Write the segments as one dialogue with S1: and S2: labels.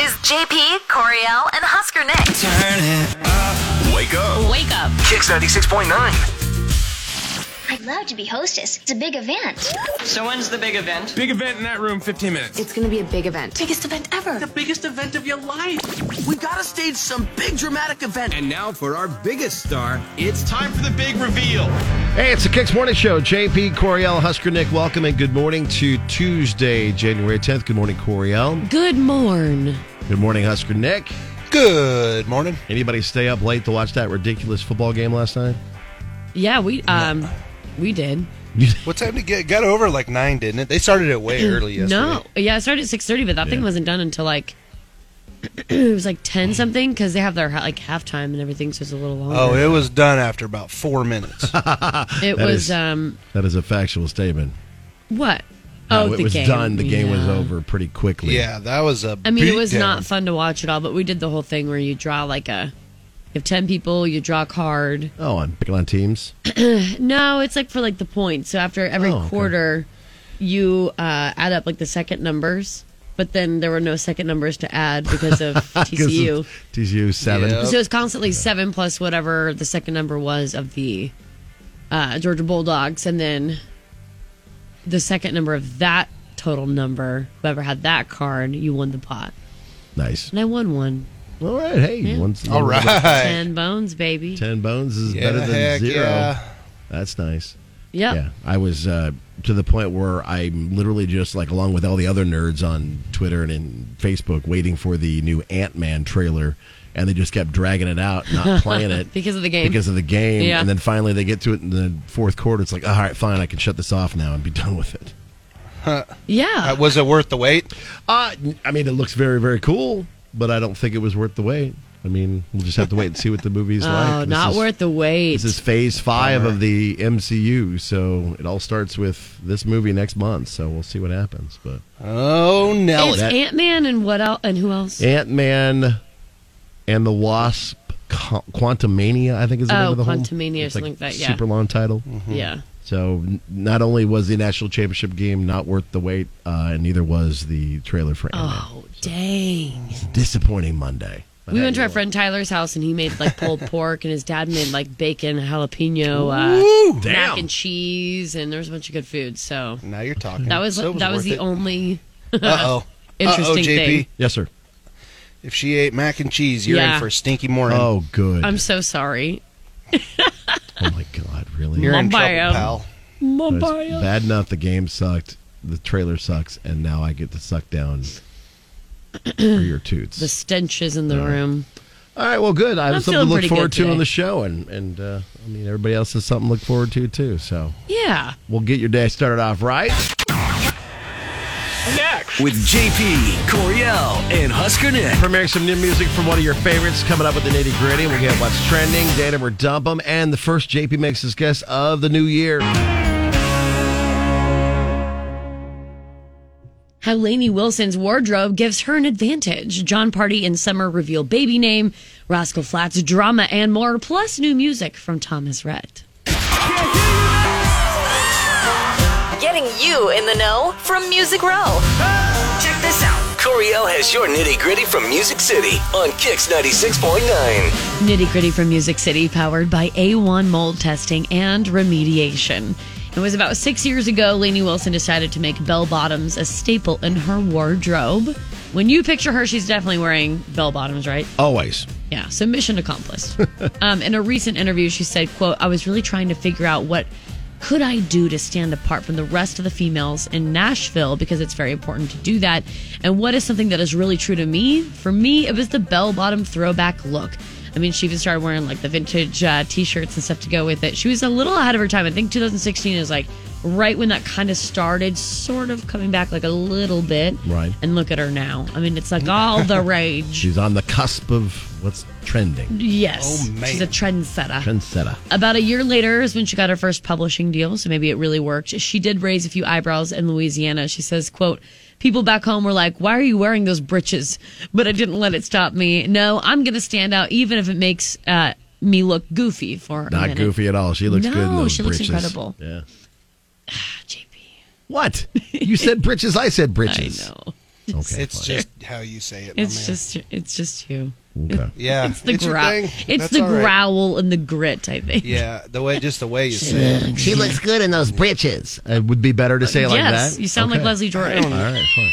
S1: JP, Coriel, and Husker Nick.
S2: Turn it
S3: Wake up.
S4: Wake up.
S3: Kicks 96.9.
S5: I'd love to be hostess. It's a big event.
S6: So when's the big event?
S7: Big event in that room, 15 minutes.
S8: It's gonna be a big event.
S9: biggest event ever.
S10: the biggest event of your life.
S11: We've got to stage some big dramatic event.
S12: And now for our biggest star, it's
S7: Time for the big reveal.
S13: Hey, it's the Kicks Morning Show. JP Coriel, Husker Nick, welcome and good morning to Tuesday, January 10th. Good morning, Coriel.
S4: Good morn.
S13: Good morning, Husker Nick.
S12: Good Morning.
S13: Anybody stay up late to watch that ridiculous football game last night?
S4: Yeah, we um we did.
S12: What time did it get? It Got over like nine, didn't it? They started it way early yesterday.
S4: No. Yeah, it started at 6:30, but that thing wasn't done until like it was like 10 something cuz they have their ha- like halftime and everything so it's a little longer.
S12: Oh, it was done after about four minutes.
S4: it
S13: that
S4: was
S13: is-
S4: um
S13: That is a factual statement.
S4: what?
S13: No, it was done. The game was
S4: Oh, Yeah.
S13: over pretty quickly.
S12: yeah, that was a.
S4: I mean, it was
S12: beatdown.
S4: not fun to watch at all, but we did the whole thing where you draw like a you have 10 people, you draw a card.
S13: Oh, I'm picking on teams.
S4: No, it's like for like the points. So after every
S13: Oh, okay.
S4: quarter, you uh, add up like the second numbers, but then there were no second numbers to add because of
S13: 'Cause
S4: TCU.
S13: it's TCU seven.
S12: Yeah.
S4: So it's constantly seven plus whatever the second number was of the uh, Georgia Bulldogs, and then the second number of that total number, whoever had that card, you won the pot.
S13: Nice.
S4: And I won one.
S13: All right. Hey,
S4: Yeah.
S13: once
S12: All right.
S4: Ten bones, baby.
S13: ten bones is
S12: Yeah,
S13: better than
S12: heck
S13: zero.
S12: yeah.
S13: That's nice.
S4: Yep.
S13: Yeah, I was uh, to the point where I'm literally just like, along with all the other nerds on Twitter and in Facebook, waiting for the new Ant Man trailer, and they just kept dragging it out, not playing it
S4: Because of the game.
S13: Because of the game,
S4: Yeah.
S13: and then finally they get to it in the fourth quarter. It's like, all right, fine, I can shut this off now and be done with it.
S4: Yeah.
S12: Uh, was it worth the wait?
S13: Uh, I mean, it looks very, very cool, but I don't think it was worth the wait. I mean, we'll just have to wait and see what the movie's like.
S4: oh,
S13: This
S4: not
S13: is-
S4: worth the wait.
S13: This is phase five of the MCU, so it all starts with this movie next month. So we'll see what happens. But
S12: Oh, Nelly.
S4: it's
S13: that-
S4: Ant Man and what else? And who else?
S13: Ant Man and the Wasp, Qu- Quantumania, I think is the name
S4: Oh,
S13: of the whole-
S4: Quantumania or
S13: it's
S4: something like that, yeah.
S13: Super long title.
S4: Yeah.
S13: So n- not only was the national championship game not worth the wait, uh, and neither was the trailer for Ant Man.
S4: Oh, dang.
S13: Disappointing Monday. But
S4: We
S13: hey,
S4: went to
S13: you
S4: our
S13: know,
S4: friend Tyler's house and he made like pulled pork and his dad made like bacon, jalapeno, uh, mac
S13: damn.
S4: and cheese, and there was a bunch of good food. So
S12: Now you're talking.
S4: that was that was the only
S12: Uh oh.
S4: interesting
S12: JP.
S4: thing.
S13: Yes, sir.
S12: If she ate mac and cheese, you're
S4: Yeah.
S12: in for a stinky morning.
S13: Oh, good.
S4: I'm so sorry.
S13: oh my God, really?
S12: you're in
S4: Mom
S12: trouble,
S4: bio.
S12: pal.
S13: But it's bad enough the game sucked, the trailer sucks, and now I get to suck down for your toots.
S4: The stenches in the room.
S13: All right, well, good. I have
S4: I'm
S13: something to
S4: feeling
S13: look
S4: pretty
S13: forward
S4: good
S13: to on
S4: today.
S13: the show, and and uh, I mean everybody else has something to look forward to too. So
S4: Yeah.
S13: we'll get your day started off right.
S3: With JP, Coriel, and Husker Nick.
S13: Premiering some new music from one of your favorites coming up with the nitty gritty. We'll get what's trending, data or dump 'em, and the first JP makes his guest of the new year.
S4: How Lainey Wilson's wardrobe gives her an advantage. John Party and Summer reveal baby name, Rascal Flats drama, and more, plus new music from Thomas Rhett.
S1: Getting you in the know from Music Row. Check this out.
S3: Coriel has your nitty gritty from Music City on Kicks 96.9.
S4: Nitty Gritty from Music City, powered by A1 mold testing and remediation. It was about six years ago, Lainey Wilson decided to make bell bottoms a staple in her wardrobe. When you picture her, she's definitely wearing bell bottoms, right?
S13: Always.
S4: Yeah, so mission accomplished. um, in a recent interview, she said, "quote I was really trying to figure out what could I do to stand apart from the rest of the females in Nashville because it's very important to do that. And what is something that is really true to me? For me, it was the bell bottom throwback look." I mean, she even started wearing like the vintage uh, t shirts and stuff to go with it. She was a little ahead of her time. I think 2016 is like right when that kind of started, sort of coming back like a little bit.
S13: Right.
S4: And look at her now. I mean, it's like all the rage.
S13: She's on the cusp of what's trending.
S4: Yes.
S12: Oh, man.
S4: She's a trendsetter.
S13: Trendsetter.
S4: About a year later is when she got her first publishing deal, so maybe it really worked. She did raise a few eyebrows in Louisiana. She says, quote, People back home were like, Why are you wearing those britches? But I didn't let it stop me. No, I'm gonna stand out even if it makes uh, me look goofy for a
S13: Not
S4: minute.
S13: goofy at all. She looks good. in
S4: No,
S13: those
S4: she looks
S13: britches.
S4: incredible.
S13: Yeah.
S4: JP.
S13: What? You said britches. I said
S4: I
S13: britches.
S4: know.
S13: Okay,
S12: It's
S13: fine.
S12: just how you say it. my
S4: It's
S12: man.
S4: just it's just you.
S13: okay.
S12: yeah.
S4: It's the
S12: your
S4: growl.
S12: thing.
S4: It's
S12: That's
S4: the
S12: all right.
S4: growl and the grit. I think.
S12: Yeah, the way just the way you say it.
S14: She looks good in those britches.
S13: Uh, It would be better to say it like
S4: yes,
S13: that.
S4: you sound like
S13: Okay.
S4: Leslie Jordan.
S13: All right, fine.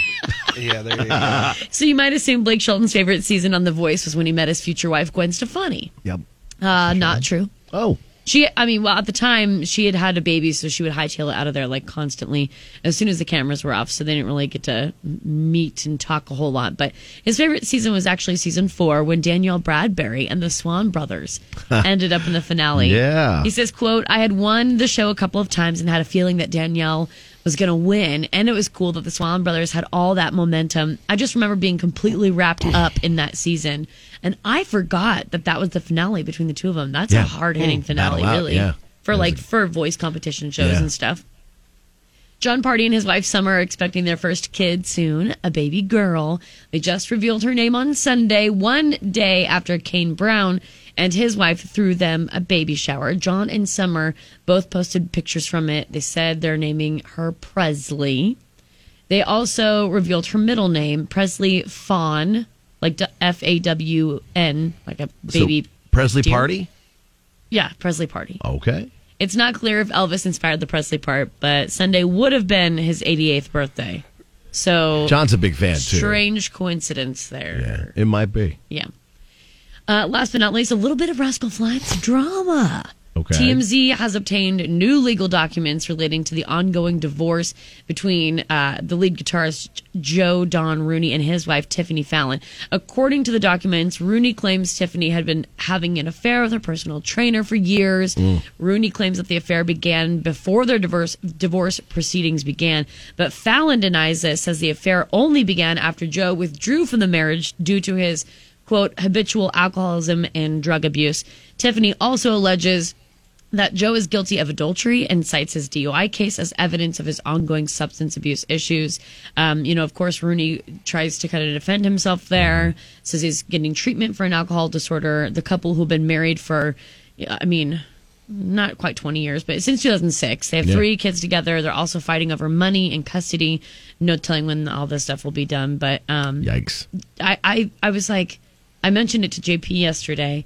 S12: Yeah, there you go.
S4: So you might assume Blake Shelton's favorite season on The Voice was when he met his future wife Gwen Stefani.
S13: Yep.
S4: Uh, not true.
S13: Oh,
S4: She, I mean, well, at the time she had had a baby, so she would hightail it out of there like constantly as soon as the cameras were off. So they didn't really get to m- meet and talk a whole lot. But his favorite season was actually season four when Danielle Bradbury and the Swan Brothers ended up in the finale.
S13: Yeah.
S4: He says, quote, I had won the show a couple of times and had a feeling that Danielle was going to win. And it was cool that the Swan Brothers had all that momentum. I just remember being completely wrapped up in that season. And I forgot that that was the finale between the two of them. That's a
S13: Yeah.
S4: hard hitting
S13: Mm.
S4: finale,
S13: Battle out,
S4: really.
S13: yeah.
S4: For
S13: That
S4: like,
S13: was a-
S4: for voice competition shows
S13: Yeah.
S4: and stuff. John Party and his wife Summer are expecting their first kid soon, a baby girl. They just revealed her name on Sunday, one day after Kane Brown and his wife threw them a baby shower. John and Summer both posted pictures from it. They said they're naming her Presley. They also revealed her middle name, Presley Fawn, like F A W N, like a baby.
S13: so Presley
S4: deer.
S13: Party.
S4: Yeah, Presley Party.
S13: Okay.
S4: It's not clear if Elvis inspired the Presley part, but Sunday would have been his 88th birthday. So
S13: John's a big fan too.
S4: strange coincidence there.
S13: Yeah, it might be.
S4: Yeah. Uh, last but not least, a little bit of Rascal Flatts drama.
S13: Okay.
S4: TMZ has obtained new legal documents relating to the ongoing divorce between uh, the lead guitarist Joe Don Rooney and his wife Tiffany Fallon. According to the documents, Rooney claims Tiffany had been having an affair with her personal trainer for years. Rooney claims that the affair began before their divorce divorce proceedings began, but Fallon denies this, says the affair only began after Joe withdrew from the marriage due to his quote habitual alcoholism and drug abuse. Tiffany also alleges that Joe is guilty of adultery and cites his DUI case as evidence of his ongoing substance abuse issues. Um, you know, of course, Rooney tries to kind of defend himself there, says he's getting treatment for an alcohol disorder. The couple who've been married for, I mean, not quite 20 years, but since 2006. They have
S13: Yeah.
S4: three kids together. They're also fighting over money and custody. No telling when all this stuff will be done, but um,
S13: Yikes.
S4: I, I, I was like, I mentioned it to JP yesterday,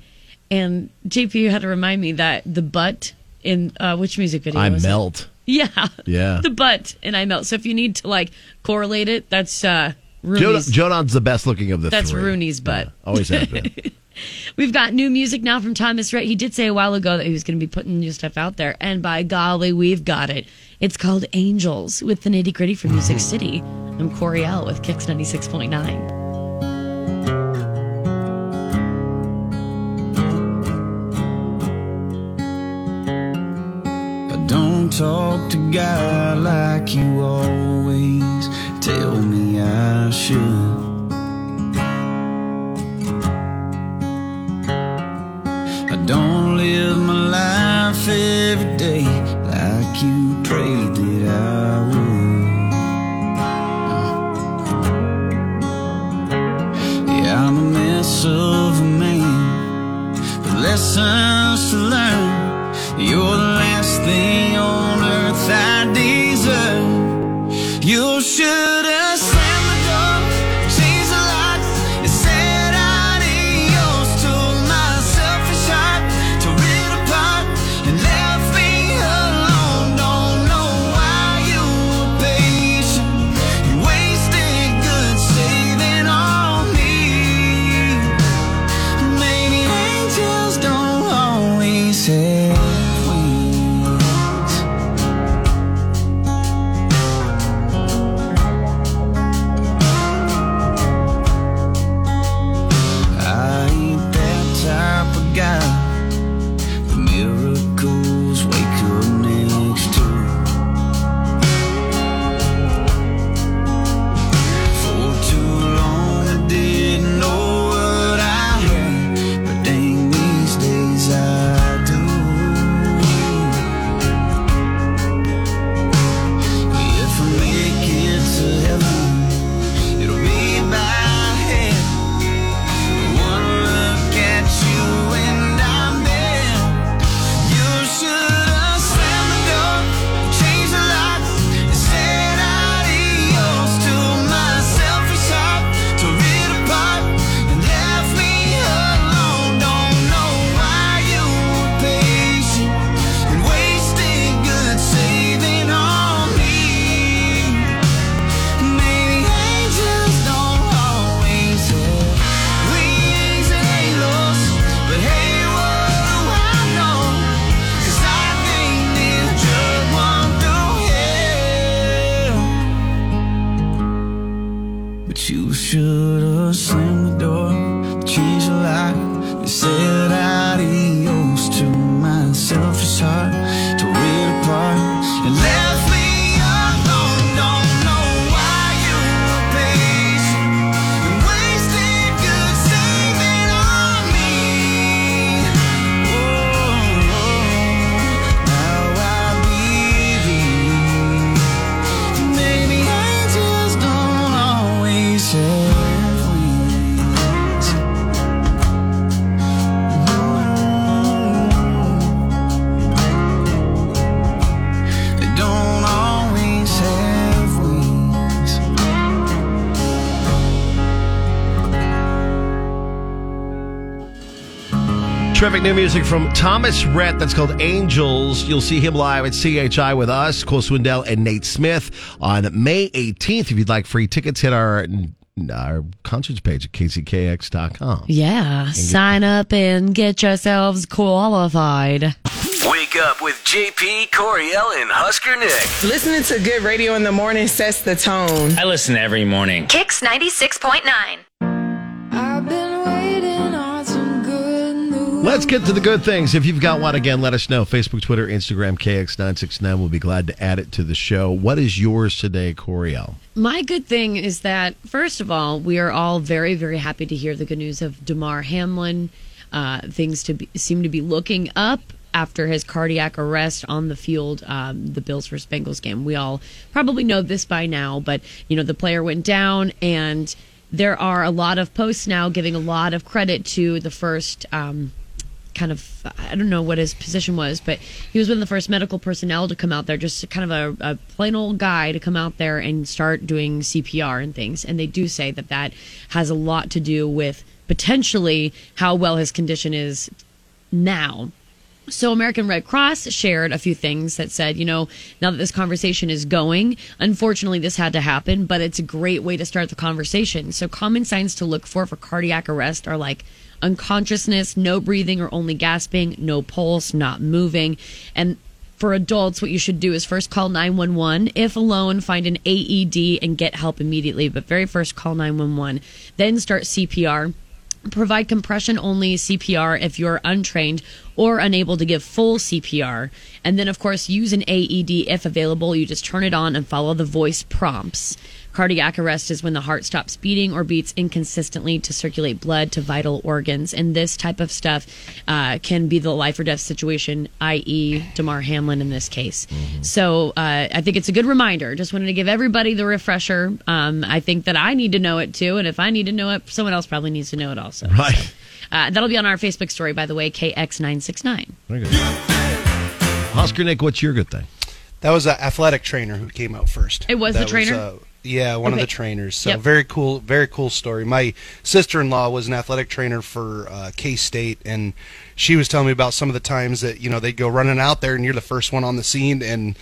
S4: and JP had to remind me that the butt in uh, which music video?
S13: I
S4: was it?
S13: melt.
S4: Yeah,
S13: Yeah.
S4: the butt and I melt. So if you need to like correlate it, that's uh,
S13: Joe,
S4: Rooney's.
S13: Jonan's the best looking of the
S4: That's
S13: three.
S4: Rooney's butt.
S13: Yeah, always have been.
S4: We've got new music now from Thomas Rhett. He did say a while ago that he was going to be putting new stuff out there, and by golly, we've got it. It's called Angels with the nitty gritty from
S13: Mm.
S4: Music City. I'm Coriel with Kicks ninety six point nine.
S10: But don't talk to God like you always tell me I should. I don't live my life every day like you prayed that I would. Yeah, I'm a mess of a man, but lessons to learn. You're the last thing on earth I deserve. You should have slammed the door, changed the locks, and said adios to my selfish heart. Tore it apart and left me alone. Don't know why you were patient. You wasted good saving on me. Maybe angels don't always have wings.
S11: door, slam the door, change the light. They said adios to my selfish heart, tore it apart and left me alone. Don't know why you were patient and wasted good saving on me. Oh, now I believe. Maybe angels don't always have wings. Mm-hmm. They don't always have wings.
S13: Terrific new music from Thomas Rhett. That's called Angels. You'll see him live at CHI with us, Cole Swindell and Nate Smith on May 18th. If you'd like free tickets, hit our our concerts page at kckx.com.
S4: Yeah. Sign up and get yourselves qualified.
S3: Wake up with JP, Coriel, and Husker Nick.
S6: Listening to good radio in the morning sets the tone.
S8: I listen every morning.
S1: Kicks 96.9.
S13: Let's get to the good things. If you've got one again, let us know. Facebook, Twitter, Instagram, KX969. We'll be glad to add it to the show. What is yours today, Coriel?
S4: My good thing is that, first of all, we are all very, very happy to hear the good news of Damar Hamlin. Uh, things to be, seem to be looking up after his cardiac arrest on the field, um, the Bills vs. Bengals game. We all probably know this by now, but you know the player went down, and there are a lot of posts now giving a lot of credit to the first. Um, kind of I don't know what his position was, but he was one of the first medical personnel to come out there, just kind of a, a plain old guy to come out there and start doing CPR and things. And they do say that that has a lot to do with potentially how well his condition is now. So, American Red Cross shared a few things that said, you know, now that this conversation is going, unfortunately, this had to happen, but it's a great way to start the conversation. So, common signs to look for for cardiac arrest are like unconsciousness, no breathing or only gasping, no pulse, not moving. And for adults, what you should do is first call 911. If alone, find an AED and get help immediately. But very first, call 911. Then start CPR provide compression only CPR if you're untrained or unable to give full CPR. And then, of course, use an AED if available. You just turn it on and follow the voice prompts. Cardiac arrest is when the heart stops beating or beats inconsistently to circulate blood to vital organs. And this type of stuff uh, can be the life or death situation, i.e., Damar Hamlin in this case. So uh, I think it's a good reminder. Just wanted to give everybody the refresher. Um, I think that I need to know it too. And if I need to know it, someone else probably needs to know it also.
S13: Right.
S4: Uh, that'll be on our Facebook story, by the way, KX969.
S13: Oscar Nick, what's your good thing?
S12: That was an athletic trainer who came out first.
S4: It was the
S12: That
S4: trainer?
S12: uh, yeah, one
S4: Okay.
S12: of the trainers. So
S4: Yep.
S12: very cool, very cool story. My sister-in-law was an athletic trainer for uh, K State, and she was telling me about some of the times that you know they'd go running out there, and you're the first one on the scene, and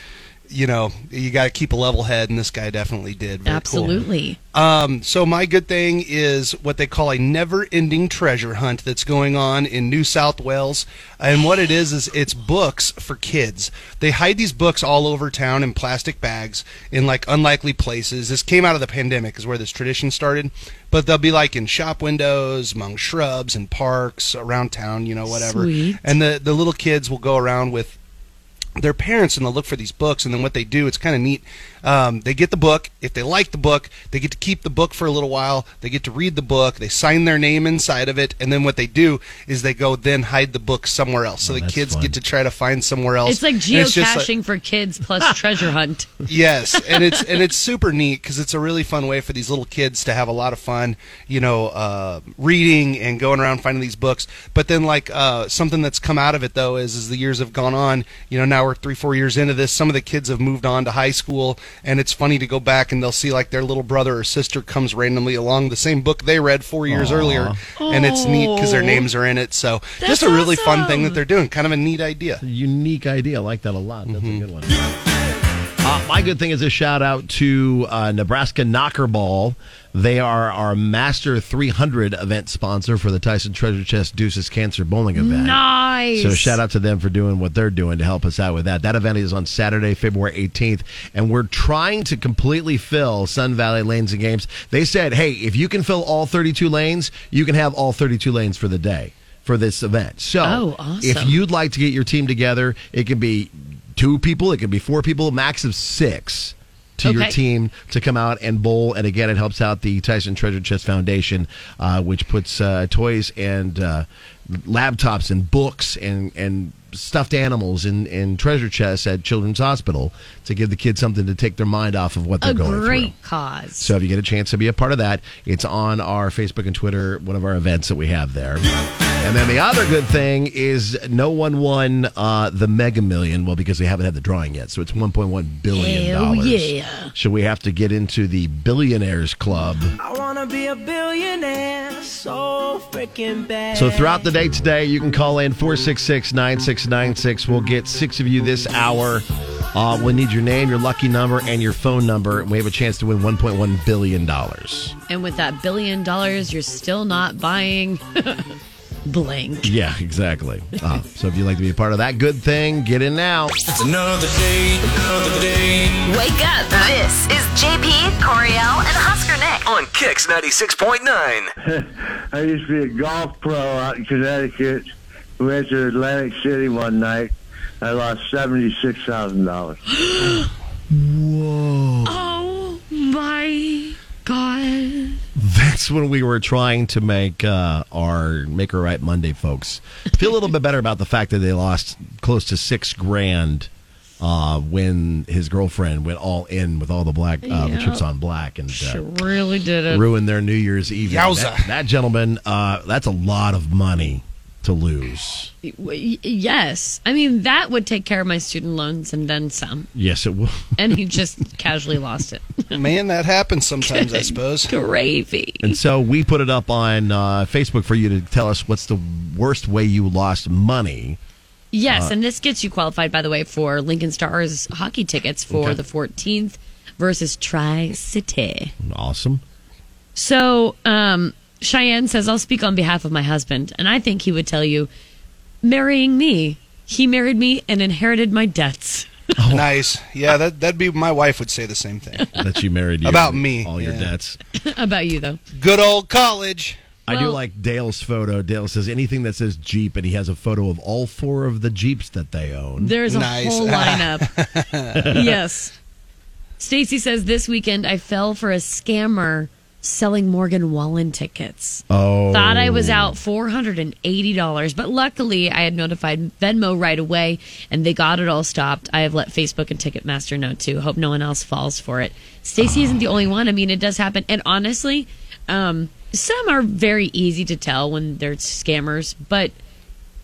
S12: you know you got to keep a level head, and this guy definitely did. Very cool.
S4: Absolutely.
S12: Um, so my good thing is what they call a never-ending treasure hunt that's going on in New South Wales, and what it is is it's books for kids. They hide these books all over town in plastic bags in like unlikely places. This came out of the pandemic, is where this tradition started. But they'll be like in shop windows, among shrubs and parks around town, you know, whatever.
S4: Sweet.
S12: And the the little kids will go around with their parents and they'll look for these books and then what they do it's kind of neat um, they get the book if they like the book they get to keep the book for a little while they get to read the book they sign their name inside of it and then what they do is they go then hide the book somewhere else so the
S13: Oh, that's
S12: kids
S13: fun.
S12: get to try to find somewhere else
S4: It's like
S12: And just like-
S4: geocaching for kids plus treasure hunt.
S12: yes and it's and it's super neat because it's a really fun way for these little kids to have a lot of fun you know uh, reading and going around finding these books but then like uh, something that's come out of it though is as the years have gone on you know now we're three four years into this some of the kids have moved on to high school and it's funny to go back and they'll see like their little brother or sister comes randomly along the same book they read four years earlier and it's neat because their names are in it so just a really fun thing that they're doing kind of a neat idea
S13: Unique idea. I like that a lot. That's a good one. Uh, my good thing is a shout out to uh, Nebraska Knockerball. They are our Master 300 event sponsor for the Tyson Treasure Chest Deuces Cancer Bowling event.
S4: Nice.
S13: So shout out to them for doing what they're doing to help us out with that. That event is on Saturday, February 18th, and we're trying to completely fill Sun Valley lanes and games. They said, "Hey, if you can fill all 32 lanes, you can have all 32 lanes for the day for this event." So,
S4: Oh, awesome.
S13: if you'd like to get your team together, it can be two people, it can be four people, max of 6 to your
S4: Okay.
S13: team team to come out and bowl. And again, it helps out the Tyson Treasure Chest Foundation, uh, which puts uh, toys and uh, laptops and books and and stuffed animals in, in treasure chests at Children's Hospital to give the kids something to take their mind off of what they're
S4: A
S13: going
S4: great
S13: through.
S4: cause.
S13: So if you get a chance to be a part of that, it's on our Facebook and Twitter, one of our events that we have there. And then the other good thing is no one won uh, the Mega Million. Well, because we haven't had the drawing yet, so it's 1.1 billion
S4: Hell
S13: dollars.
S4: yeah.
S13: So we have to get into the Billionaires Club.
S11: I wanna be a billionaire so freaking bad.
S13: So throughout the day today, you can call in 466 9696. We'll get six of you this hour. Uh, we'll need your name, your lucky number, and your phone number. And we have a chance to win $1.1 billion.
S4: And with that billion dollars, you're still not buying blank.
S13: Yeah, exactly. Uh, so if you'd like to be a part of that good thing, get in now.
S11: It's another day, another day.
S1: Wake up. This is JP, Coriel, and Husker Nick.
S3: On Kicks 96.9.
S8: I used to be a golf pro out uh, in Connecticut. We went to Atlantic City one night. I lost seventy-six thousand dollars.
S4: Oh my God.
S13: That's when we were trying to make uh, our Make or Right Monday folks feel a little bit better about the fact that they lost close to six grand uh, when his girlfriend went all in with all the black uh, the
S4: Yeah.
S13: chips on black and
S4: She
S13: uh,
S4: really did it.
S13: ruined their New Year's Eve.
S12: Yowza.
S13: That, that gentleman, uh, that's a lot of money to lose.
S4: Y- Yes. I mean, that would take care of my student loans and then some.
S13: Yes, it will.
S4: And he just casually lost it.
S12: Man, that happens sometimes, I suppose.
S4: Gravy.
S13: And so we put it up on uh, Facebook for you to tell us what's the worst way you lost money.
S4: Yes, and this gets you qualified, by the way, for Lincoln Stars hockey tickets for
S13: Okay.
S4: the 14th versus Tri City.
S13: Awesome.
S4: So um, Cheyenne says, I'll speak on behalf of my husband, and I think he would tell you marrying me. He married me and inherited my debts.
S12: Nice. Yeah, that that'd be my wife would say the same thing.
S13: That you married you
S12: About
S13: and
S12: me,
S13: all your
S12: yeah.
S13: debts.
S4: About you, though.
S12: Good old college.
S13: I do
S4: Well-
S13: like Dale's photo. Dale says anything that says Jeep, and he has a photo of all four of the Jeeps that they own.
S4: There's a
S12: Nice.
S4: whole lineup. yes. Stacy says, This weekend I fell for a scammer selling Morgan Wallen tickets.
S13: Oh,
S4: Thought I was out $480, but luckily I had notified Venmo right away and they got it all stopped. I have let Facebook and Ticketmaster know too. Hope no one else falls for it. Stacy isn't the only one. I mean, it does happen. And honestly, um, some are very easy to tell when they're scammers, but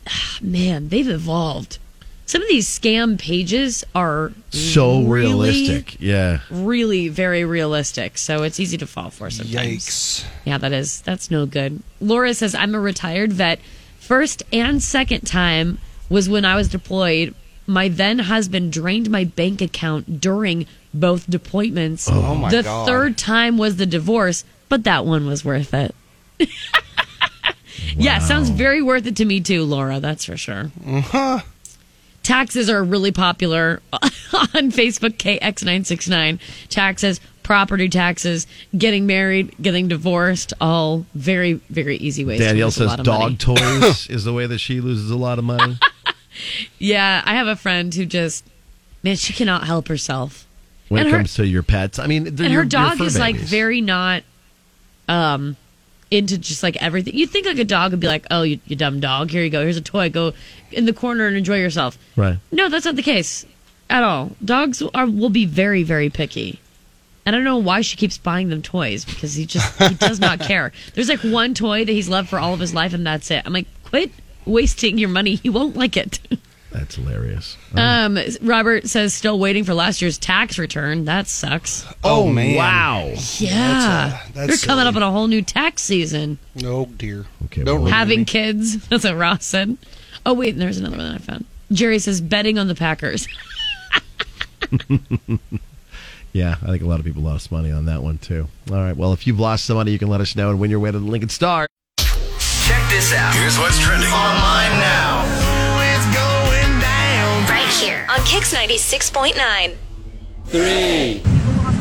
S4: ah, man, they've evolved. Some of these scam pages are
S13: so
S4: really,
S13: realistic. Yeah,
S4: really very realistic. So it's easy to fall for sometimes.
S12: Yikes.
S4: Yeah, that is. That's no good. Laura says, I'm a retired vet. First and second time was when I was deployed. My then husband drained my bank account during both deployments.
S12: Oh my
S4: the
S12: god.
S4: third time was the divorce, but that one was worth it. Yeah, sounds very worth it to me too, Laura. That's for sure.
S13: Uh-huh.
S4: Taxes are really popular on Facebook. KX969 taxes, property taxes, getting married, getting divorced, all very very easy ways. to
S13: Danielle
S4: lose a
S13: says
S4: lot of
S13: dog
S4: money.
S13: toys is the way that she loses a lot of money.
S4: Yeah, I have a friend who just man, she cannot help herself.
S13: When
S4: And
S13: it
S4: her-
S13: comes to your pets, I mean, they're
S4: and
S13: your-
S4: her
S13: your
S4: dog
S13: fur
S4: is like
S13: babies.
S4: very not um into just like everything you'd think like a dog would be like oh you, you dumb dog here you go here's a toy go in the corner and enjoy yourself
S13: Right.
S4: no that's not the case at all dogs are will be very very picky and I don't know why she keeps buying them toys because he just he does not care. There's like one toy that he's loved for all of his life, and that's it. I'm like, quit wasting your money. He won't like it.
S13: That's hilarious.
S4: Um, Robert says still waiting for last year's tax return. That sucks.
S12: Oh, man.
S13: Wow.
S4: Yeah.
S12: That's, uh, that's
S4: You're coming up
S12: silly.
S4: on a whole new tax season.
S12: Oh dear.
S13: Okay,
S12: Don't
S13: well-
S12: ruin
S4: Having
S12: me.
S4: kids. That's what Ross said. Oh, wait, and there's another one that I found. Jerry says betting on the Packers.
S13: yeah, I think a lot of people lost money on that one too. All right. Well, if you've lost some money, you can let us know and win your way to the Lincoln Star.
S3: Check this out. Here's what's trending online now.
S11: It's going down.
S5: Right here.
S1: on Kix 96.9.
S11: Three.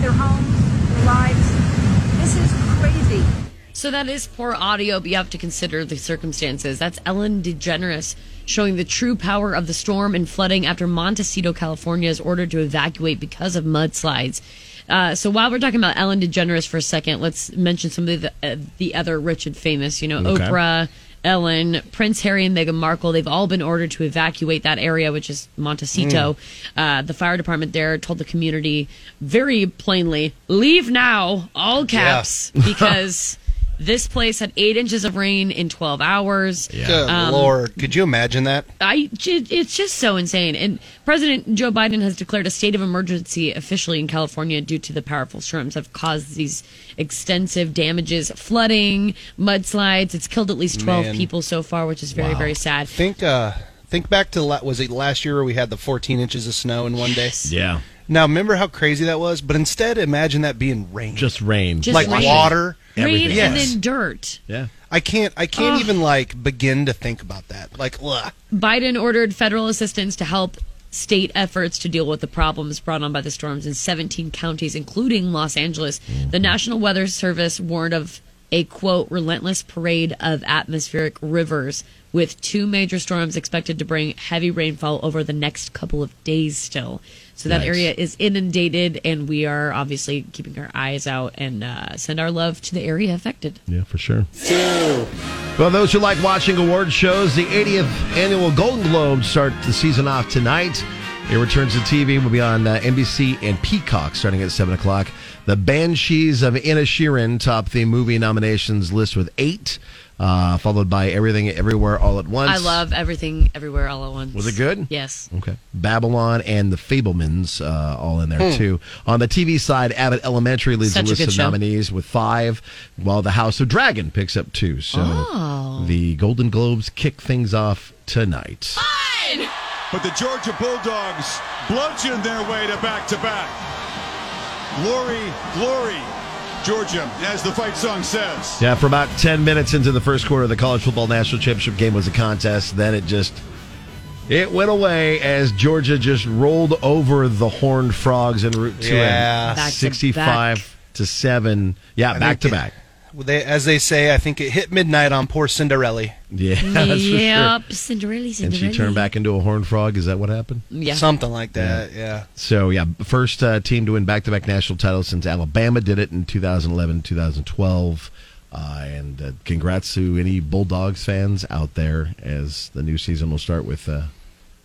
S9: their homes, their lives. This is crazy.
S4: So that is poor audio, but you have to consider the circumstances. That's Ellen DeGeneres showing the true power of the storm and flooding after Montecito, California is ordered to evacuate because of mudslides. Uh, so while we're talking about Ellen DeGeneres for a second, let's mention some of the, uh, the other rich and famous, you know,
S10: Okay.
S4: Oprah, Ellen, Prince Harry, and Meghan Markle. They've all been ordered to evacuate that area, which is Montecito. Uh, the fire department there told the community very plainly, leave now, all caps,
S12: Yeah.
S4: because this place had eight inches of rain in 12 hours.
S12: Good
S4: Um,
S12: lord, could you imagine that?
S4: I, it- it's just so insane. And President Joe Biden has declared a state of emergency officially in California due to the powerful storms have caused these extensive damages, flooding, mudslides. It's killed at least 12
S12: Man.
S4: people so far, which is very,
S12: Wow.
S4: very sad.
S12: Think, uh, think back to la- was it last year where we had the 14 inches of snow in one day?
S13: Yeah.
S12: Now remember how crazy that was, but instead imagine that being rain,
S13: just rain,
S12: like
S4: rain.
S12: water,
S4: Rain
S12: Yes.
S4: and then dirt.
S13: Yeah.
S12: I can't, I can't
S4: Ugh.
S12: even like begin to think about that. Like, ugh.
S4: Biden ordered federal assistance to help state efforts to deal with the problems brought on by the storms in 17 counties, including Los Angeles. The National Weather Service warned of a quote relentless parade of atmospheric rivers with two major storms expected to bring heavy rainfall over the next couple of days still so that
S15: Yikes.
S4: area is inundated and we are obviously keeping our eyes out and uh, send our love to the area affected
S13: Yeah, for sure. Well, those who like watching award shows, the 80th annual Golden Globes start the season off tonight. It returns to TV. will be on uh, NBC and Peacock starting at 7 o'clock. The Banshees of Inishirin top the movie nominations list with eight, uh, followed by Everything Everywhere All at Once.
S4: i love everything everywhere all at once
S13: Was it good?
S4: yes
S13: Okay. Babylon and the Fablemans uh, all in there
S4: Hmm.
S13: too. On the TV side, Abbott Elementary leads
S4: Such a
S13: the list
S4: good
S13: of
S4: show.
S13: nominees with five, while The House of Dragon picks up two. So
S4: Oh.
S13: the Golden Globes kick things off tonight.
S16: But the Georgia Bulldogs bludgeoned their way to back to back. Glory, glory, Georgia, as the fight song says.
S13: Yeah, for about ten minutes into the first quarter, the college football national championship game was a contest. Then it just it went away as Georgia just rolled over the Horned Frogs en route to
S12: Yeah.
S13: it,
S12: Back to
S13: sixty-five to seven. Yeah,
S12: I
S13: back to
S12: think it-
S13: back.
S12: Well, they, as they say, I think it hit midnight on poor Cinderella.
S13: Yeah, that's for sure.
S4: yep cinderella
S13: And
S4: cinderella
S13: she turned back into a horned frog. Is that what happened?
S4: Yeah.
S12: Something like that, yeah.
S13: So, yeah, first uh, team to win back to back national titles since Alabama did it in 2011, 2012. Uh, and uh, congrats to any Bulldogs fans out there as the new season will start with. Uh,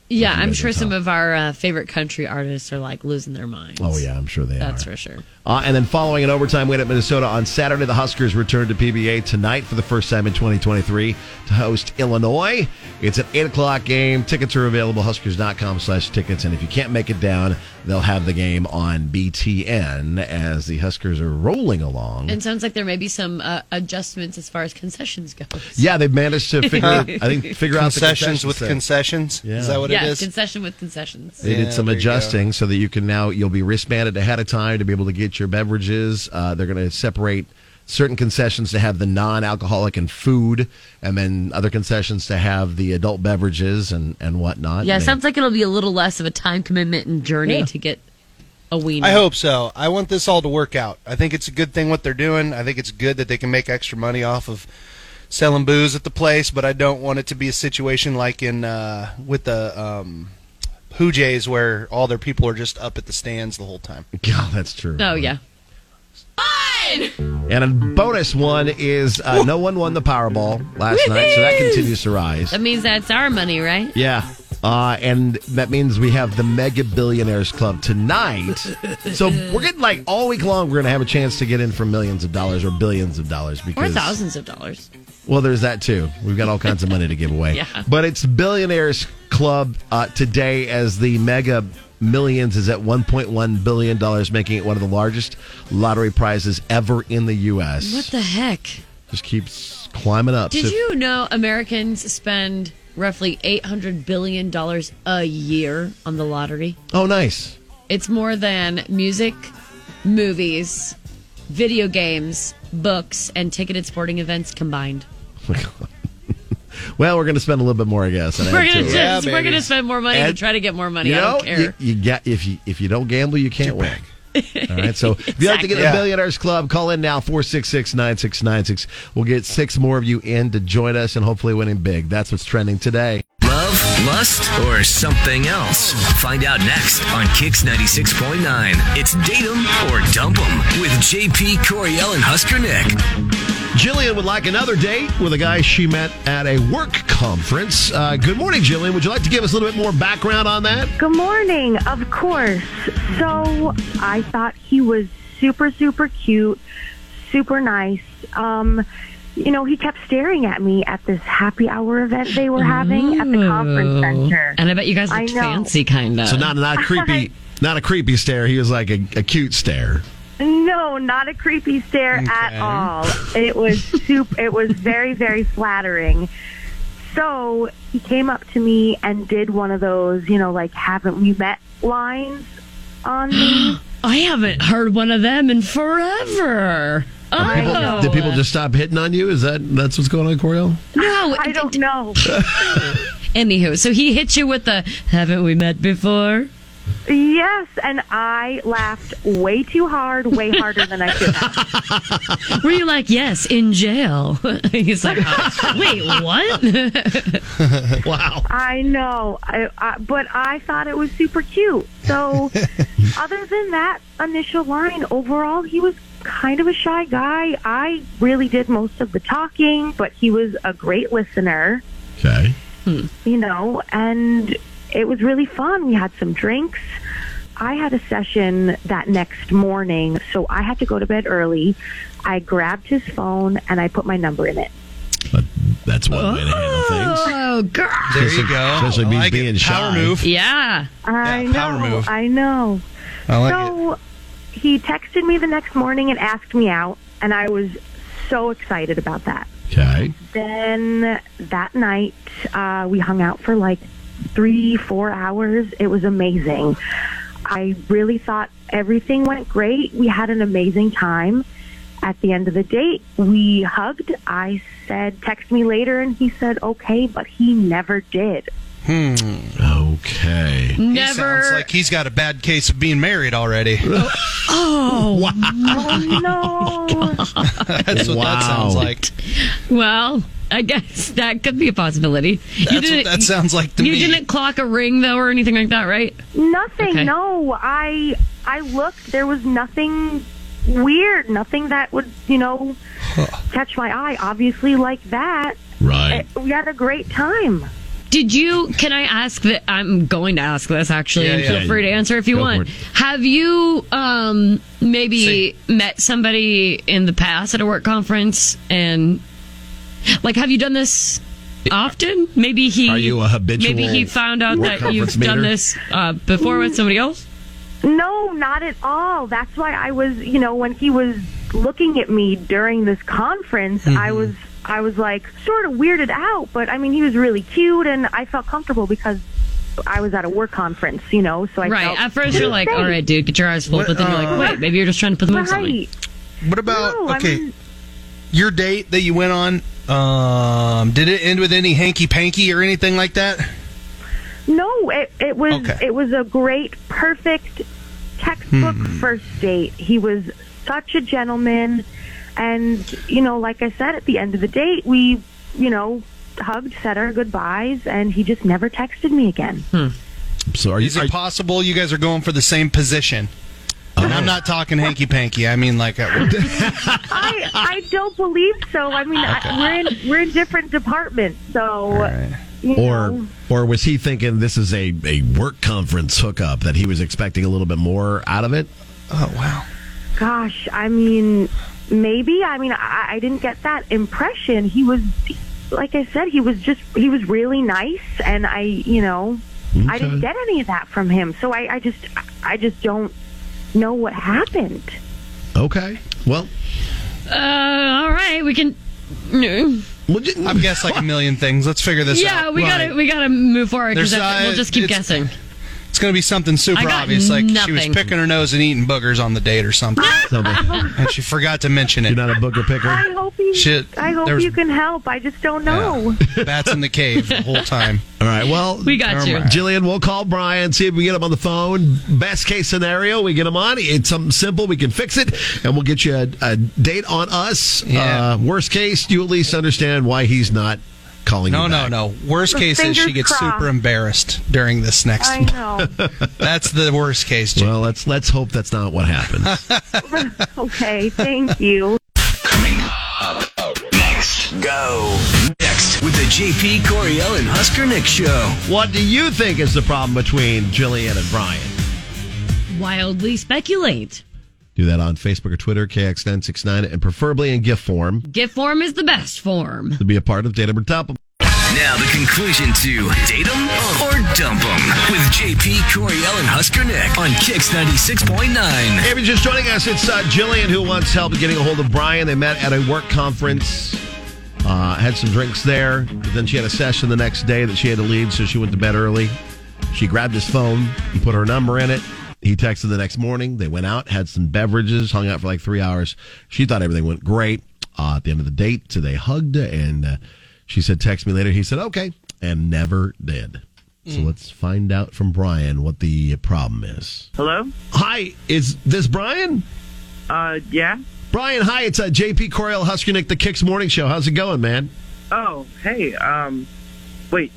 S4: Yeah,
S13: Looking
S4: I'm
S13: good
S4: sure
S13: at the
S4: some
S13: top.
S4: of our uh, favorite country artists are like losing their minds.
S13: oh, yeah, I'm sure they
S4: That's
S13: are.
S4: for sure.
S13: Uh, and then following an overtime win at Minnesota on Saturday, the Huskers return to PBA tonight for the first time in 2023 to host Illinois. It's an 8 o'clock game. Tickets are available, huskers.com slash tickets. And if you can't make it down, they'll have the game on BTN as the Huskers are rolling along.
S4: And sounds like there may be some uh, adjustments as far as concessions go.
S13: yeah, they've managed to figure, I think, figure out the
S12: concessions with
S13: there.
S12: concessions.
S13: Yeah.
S12: Is that what
S4: yeah,
S12: it is?
S4: concession with concessions.
S13: They did some adjusting so that you can now you'll be wristbanded ahead of time to be able to get your beverages. Uh, they're going to separate certain concessions to have the non-alcoholic and food, and then other concessions to have the adult beverages and and whatnot.
S4: Yeah, it
S13: And
S4: sounds like it'll be a little less of a time commitment and journey
S13: Yeah.
S4: to get a weenie.
S12: I hope so. I want this all to work out. I think it's a good thing what they're doing. I think it's good that they can make extra money off of selling booze at the place, but I don't want it to be a situation like in uh, with the um, Hoo Jays where all their people are just up at the stands the whole time.
S13: God, that's true.
S4: Oh yeah.
S13: And a bonus one is uh, no one won the Powerball last night, so that
S4: Woohoo!
S13: continues to rise.
S4: That means that's our money, right?
S13: Yeah. Uh, and that means we have the Mega Billionaires Club tonight. so we're getting like all week long, we're going to have a chance to get in for millions of dollars or billions of dollars
S4: Or
S13: because.
S4: thousands of dollars.
S13: Well, there's that too. We've got all kinds of money to give away.
S4: Yeah.
S13: But it's Billionaires Club uh, today as the Mega Millions is at $1.1 billion, making it one of the largest lottery prizes ever in the U.S.
S4: What the heck?
S13: Just keeps climbing up.
S4: Did
S13: So-
S4: you know Americans spend roughly eight hundred billion dollars a year on the lottery?
S13: Oh, nice.
S4: It's more than music, movies, video games, books, and ticketed sporting events combined.
S13: Well, we're going to spend a little bit more, I guess. and add
S4: We're gonna
S13: to it.
S4: just, we're gonna spend more money to
S13: And-
S4: try to get more money.
S13: You
S4: I
S13: know,
S4: don't care.
S13: You, you got if you if you don't gamble, you can't win. All right, so if you'd like to get in the
S4: Exactly.
S13: Billionaires Club, call in now 466-9696. We'll get six more of you in to join us and hopefully winning big. That's what's trending today.
S3: Love, lust, or something else? Find out next on Kix 96.9. It's Date 'em or Dump 'em with JP Coriel and Husker Nick.
S13: Jillian would like another date with a guy she met at a work conference. Uh, good morning, Jillian. Would you like to give us a little bit more background on that?
S10: Good morning, of course. So I thought he was super, super cute, super nice. Um, you know, he kept staring at me at this happy hour event they were having at the conference center.
S4: And I bet you guys
S10: I
S4: looked
S10: know.
S4: fancy, kind of.
S13: So not not a creepy, not a creepy stare. He was like a, a cute stare.
S10: No, not a creepy stare
S13: Okay.
S10: at all. It was super. it was very, very flattering. So he came up to me and did one of those, you know, like haven't we met lines on me.
S4: I haven't heard one of them in forever. Oh,
S13: People, Did people just stop hitting on you? Is that that's what's going on, Coriel?
S4: no?
S10: I don't know.
S4: Anywho, so he hit you with the "Haven't we met before?"
S10: Yes, and I laughed way too hard, way harder than I should have.
S4: Were you like, "Yes, in jail"? He's like, "Oh, "Wait, what?"
S13: wow.
S10: I know, I, I, but I thought it was super cute. So, other than that initial line, overall, he was kind of a shy guy. I really did most of the talking, but he was a great listener,
S13: Okay.
S10: you know, and it was really fun. We had some drinks. I had a session that next morning, so I had to go to bed early. I grabbed his phone and I put my number in it.
S13: That's one way to handle things.
S4: Oh, girl.
S13: There you go. Especially me being shy.
S12: Power move.
S4: Yeah.
S10: I know.
S12: power move.
S10: I know.
S12: I like
S10: so he texted me the next morning and asked me out, and I was so excited about that.
S13: Okay.
S10: Then that night, uh, we hung out for like three, four hours. It was amazing. I really thought everything went great. We had an amazing time. At the end of the date, we hugged. I said, text me later, and he said, okay, but he never did.
S12: Hmm.
S13: Okay.
S12: He sounds like he's got a bad case of being married already.
S4: Oh,
S12: Oh,
S10: no.
S12: That's what
S13: Wow.
S12: that sounds like.
S4: Well, I guess that could be a possibility.
S12: That's what that sounds like to
S4: you
S12: me.
S4: didn't clock a ring though, or anything like that, right?
S10: Nothing.
S4: Okay.
S10: No, I I looked. There was nothing weird. Nothing that would you know catch my eye. Obviously, like that. eh,
S13: Right.
S10: we had a great time.
S4: Did you? Can I ask that? I'm going to ask this actually,
S10: Yeah,
S4: and
S10: yeah.
S4: feel free to answer if you
S10: Go
S4: want.
S10: for
S4: Have you um, maybe met somebody in the past at a work conference, and like, have you done this often? Maybe he.
S13: Are you a habitual
S4: Maybe he found out
S13: work
S4: that you've
S13: conference meter?
S4: done this uh, before with somebody else.
S10: No, not at all. That's why I was you know when he was looking at me during this conference, I
S4: Mm-hmm.
S10: was I was like sort of weirded out. But I mean, he was really cute, and I felt comfortable because. I was at a work conference, you know, so I
S4: Right.
S10: felt
S4: At first, you're like,
S10: safe.
S4: all right, dude, get your eyes full.
S10: What,
S4: But then you're
S10: uh,
S4: like, wait, maybe you're just trying to put them on something.
S10: right.
S12: What about
S10: No, I
S12: okay?
S10: mean-
S12: your date that you went on, um, did it end with any hanky panky or anything like that?
S10: No, it, it was
S12: Okay.
S10: it was a great, perfect textbook
S12: Hmm.
S10: first date. He was such a gentleman, and you know, like I said, at the end of the date, we you know hugged, said our goodbyes, and he just never texted me again.
S13: So are you?
S12: Is it possible you guys are going for the same position? And I'm not talking hanky panky. I mean like uh, at work.
S10: I I don't believe so. I mean,
S12: Okay.
S10: I, we're in we're in different departments, so you know.
S13: Or or was he thinking this is a, a work conference hookup that he was expecting a little bit more out of it?
S12: Oh wow.
S10: Gosh, I mean, maybe. I mean, I, I didn't get that impression. He was, like I said, he was just, he was really nice, and I, you know, I didn't get any of that from him. So I, I just, I just don't know what happened.
S13: Okay. Well,
S4: Uh, all right, we can. No.
S12: I've guessed like a million things. Let's figure this out.
S4: yeah, we gotta we gotta move forward
S12: There's,
S4: because
S12: uh,
S4: we'll just keep
S12: it's-
S4: guessing.
S12: It's going to be something
S4: I
S12: super
S4: got
S12: obvious, like she was
S4: nothing.
S12: picking her nose and eating boogers on the date or something, and she forgot to mention it. You're
S13: not a booger picker.
S10: I hope you.
S12: Shit,
S10: I hope
S12: there was
S10: you can help. I just don't know.
S12: bats in the cave the whole time.
S13: All right. Well,
S10: We got
S13: never
S10: you.
S13: mind. Jillian. We'll call Brian see if we get him on the phone. Best case scenario, we get him on. It's something simple. We can fix it, and we'll get you a, a date on us. Uh, worst case, you at least understand why he's not calling.
S12: No,
S13: you
S12: no,
S13: back.
S12: no. Worst case is she
S13: Fingers
S12: gets
S13: crossed.
S12: super embarrassed during this next.
S13: I
S10: know.
S12: That's the worst case.
S13: Well, let's let's hope that's not what happens.
S10: okay, thank you.
S3: Up, up next. Go. Next with the JP Coriel and Husker Nick show.
S13: what do you think is the problem between Jillian and Brian?
S4: Wildly speculate.
S13: Do that on Facebook or Twitter, KX969, and preferably in GIF form
S4: Gift form is the best form.
S13: to be a part of Datum or Top.
S3: Now the conclusion to date 'em or dump 'em with JP Coriel and Husker Nick on Kix ninety six point nine.
S13: Hey, if you're just joining us, it's uh, Jillian who wants help getting a hold of Brian. They met at a work conference, uh, had some drinks there, but then she had a session the next day that she had to leave, so she went to bed early. She grabbed his phone, he put her number in it. He texted the next morning. They went out, had some beverages, hung out for like three hours. She thought everything went great. Uh, at the end of the date, so they hugged, and uh, she said, "Text me later." He said, "Okay," and never did. So let's find out from Brian what the problem is.
S15: Hello?
S13: Hi, is this Brian?
S15: Uh, yeah.
S13: Brian, hi, it's uh, JP Coriel Huskinick, the Kicks Morning Show. How's it going, man?
S15: Oh, hey, um, wait.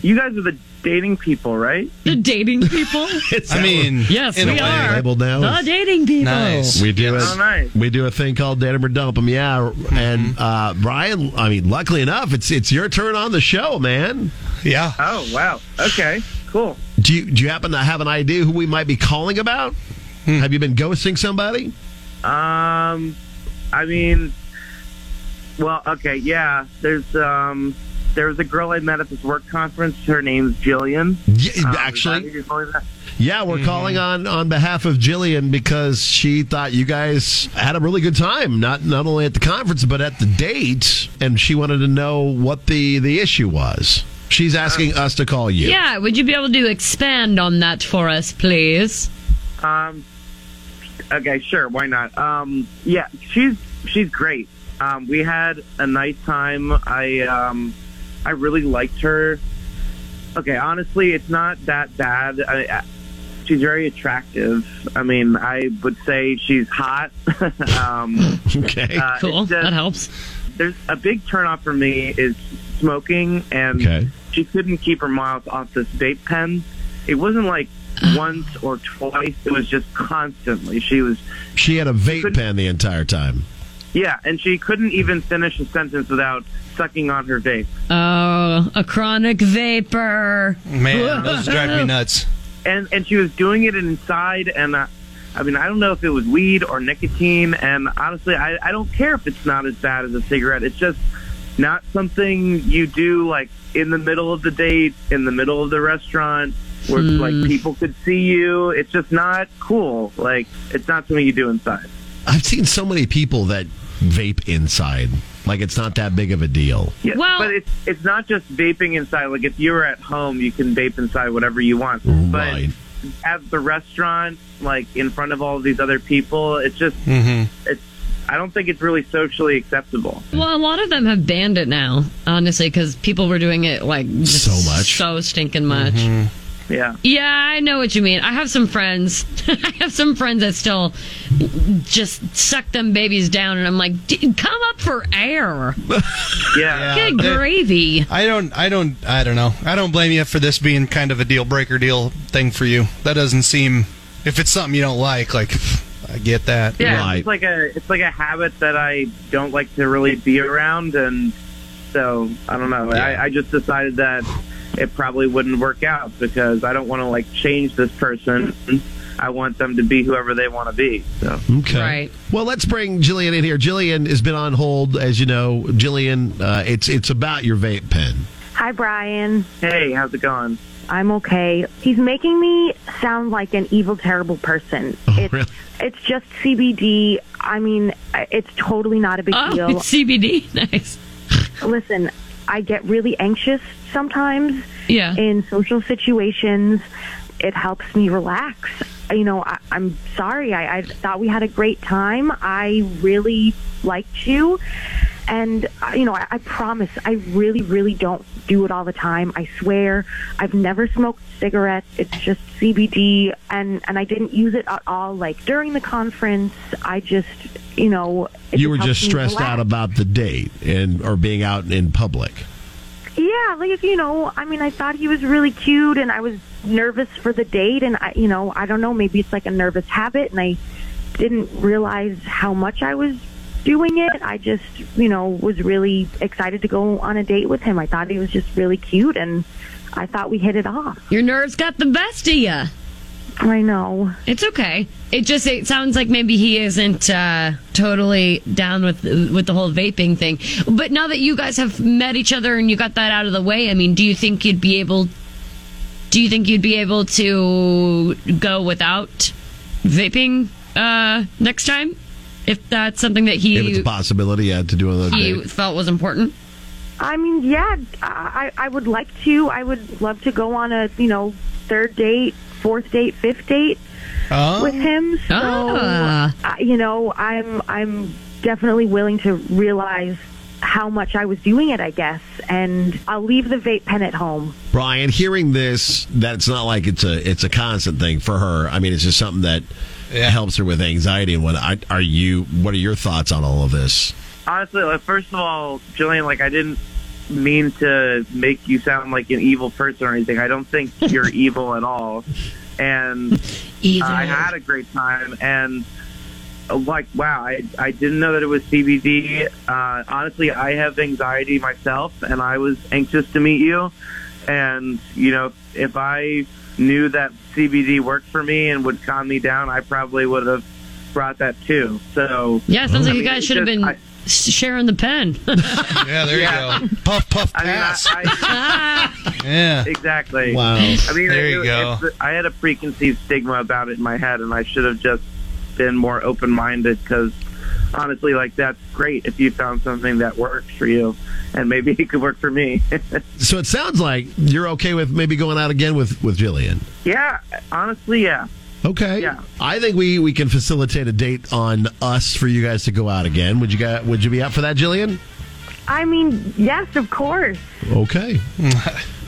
S15: You guys are the dating people, right?
S4: The dating people?
S13: I mean,
S4: yes, we are.
S13: labeled now
S4: the
S13: as-
S4: dating people.
S13: We do
S15: Yes.
S13: a,
S15: Oh, nice.
S13: we do a thing called Datum or Dump 'em, yeah.
S4: Mm-hmm.
S13: And uh, Brian, I mean, luckily enough, it's it's your turn on the show, man. Yeah.
S15: Oh, wow. Okay, cool.
S13: Do you do you happen to have an idea who we might be calling about?
S4: Hmm.
S13: Have you been ghosting somebody?
S15: Um, I mean, well, okay, yeah. There's, um, there was a girl I met at this work conference. Her name's Jillian.
S13: Yeah,
S4: Uh,
S15: Um,
S13: actually-
S15: is that who you're calling that?
S13: Yeah, we're calling on on behalf of Jillian because she thought you guys had a really good time, not not only at the conference but at the date, and she wanted to know what the the issue was. She's asking us to call you.
S4: Yeah, would you be able to expand on that for us, please?
S15: Um, okay, sure, why not? Um, yeah, she's she's great. Um, we had a night time. I um, I really liked her. Okay, honestly, it's not that bad. I, I, she's very attractive. I mean, I would say she's hot. um,
S13: okay,
S4: Cool, that helps.
S15: There's a big turnoff for me is smoking, and she couldn't keep her mouth off this vape pen. It wasn't like once or twice; it was just constantly. She was
S13: She had a vape pen the entire time.
S15: yeah, and she couldn't even finish a sentence without sucking on her vape.
S4: Oh, a chronic vapor.
S12: nuts.
S15: And and she was doing it inside, and uh, I mean, I don't know if it was weed or nicotine. And honestly, I I don't care if it's not as bad as a cigarette. It's just not something you do like in the middle of the date, in the middle of the restaurant, where
S4: Hmm.
S15: like people could see you. It's just not cool. Like it's not something you do inside.
S13: I've seen so many people that vape inside, like it's not that big of a deal.
S15: Yeah, but it's it's not just vaping inside. Like if you were at home, you can vape inside whatever you want.
S13: Right.
S15: But at the restaurant, like in front of all these other people, it's just it's. I don't think it's really socially acceptable.
S4: Well, a lot of them have banned it now, honestly, because people were doing it like just
S15: So much. Mm-hmm.
S4: so stinking much.
S15: Yeah.
S4: Yeah, I know what you mean. I have some friends. I have some friends that still just suck them babies down, and I'm like, D- come up for air.
S15: Yeah.
S4: Good
S12: they-
S4: gravy.
S12: I don't. I don't. I don't know. I don't blame you for this being kind of a deal breaker deal thing for you. That doesn't seem. If it's something you don't like, like I get that.
S15: Yeah, it's like a it's like a habit that I don't like to really be around, and so I don't know. I, I just decided that it probably wouldn't work out because I don't want to like change this person. I want them to be whoever they want to be. So.
S13: Okay. Well, let's bring Jillian in here. Jillian has been on hold, as you know. Jillian, uh, it's it's about your vape pen.
S10: Hi, Brian.
S15: Hey, how's it going?
S10: I'm okay. He's making me sound like an evil, terrible person.
S4: Oh,
S10: it's, it's just CBD. I mean, I- it's totally not a big
S4: Oh,
S10: deal.
S4: it's CBD. Nice.
S10: Listen, I get really anxious sometimes
S4: Yeah.
S10: in social situations. it helps me relax. You know, I, I'm sorry. I, I thought we had a great time. I really liked you. And, uh, you know, I, I promise I really, really don't do it all the time. I swear. I've never smoked cigarettes. It's just CBD. And, and I didn't use it at all, like, during the conference. I just, you know. it
S13: you were
S10: helps
S13: just
S10: me
S13: stressed
S10: relax.
S13: out about the date and or being out in public.
S10: Yeah, like you know, I mean, I thought he was really cute, and I was nervous for the date, and I, you know, I don't know, maybe it's like a nervous habit, and I didn't realize how much I was doing it. I just, you know, was really excited to go on a date with him. I thought he was just really cute, and I thought we hit it off.
S4: Your nerves got the best of you.
S10: I know.
S4: It's okay. It just it sounds like maybe he isn't uh, totally down with with the whole vaping thing. But now that you guys have met each other and you got that out of the way, I mean, do you think you'd be able? Do you think you'd be able to go without vaping uh, next time? If that's something that
S13: If it's
S4: he
S13: a possibility, yeah, to do another
S4: he
S13: date.
S4: felt was important.
S10: I mean, yeah, I, I would like to. I would love to go on a, you know, third date, fourth date, fifth date
S12: Oh.
S10: with him. So,
S12: Ah.
S10: I, you know, I'm I'm definitely willing to realize how much I was doing it, I guess, and I'll leave the vape pen at home.
S13: Brian, hearing this, that's not like it's a it's a constant thing for her. I mean, it's just something that helps her with anxiety and what. I, are you? What are your thoughts on all of this?
S17: honestly, like, first of all, Jillian, like I didn't mean to make you sound like an evil person or anything. I don't think you're evil at all, and
S4: Evil.
S17: I had a great time. And uh, like, wow, I I didn't know that it was CBD. Uh, honestly, I have anxiety myself, and I was anxious to meet you. And you know, if I knew that CBD worked for me and would calm me down, I probably would have brought that too. So
S4: Yeah, it sounds like you
S17: I mean,
S4: guys
S17: it's
S4: should have
S17: just-
S4: been
S17: I-
S4: s sharing the pen.
S12: Yeah, there you go. Puff, puff,
S17: I mean,
S12: pass.
S17: I,
S12: yeah.
S17: Exactly.
S12: Wow.
S17: I mean,
S12: There
S17: it-
S12: you go.
S17: it's- I had a preconceived stigma about it in my head, and I should have just been more open minded because honestly, like, that's great if you found something that works for you, and maybe it could work for me.
S13: So it sounds like you're okay with maybe going out again with with Jillian.
S17: yeah, honestly, yeah.
S13: Okay. Yeah. I think we we can facilitate a date on us for you guys to go out again. Would you guys, Would you be up for that, Jillian?
S10: I mean, yes, of course.
S13: Okay.
S4: All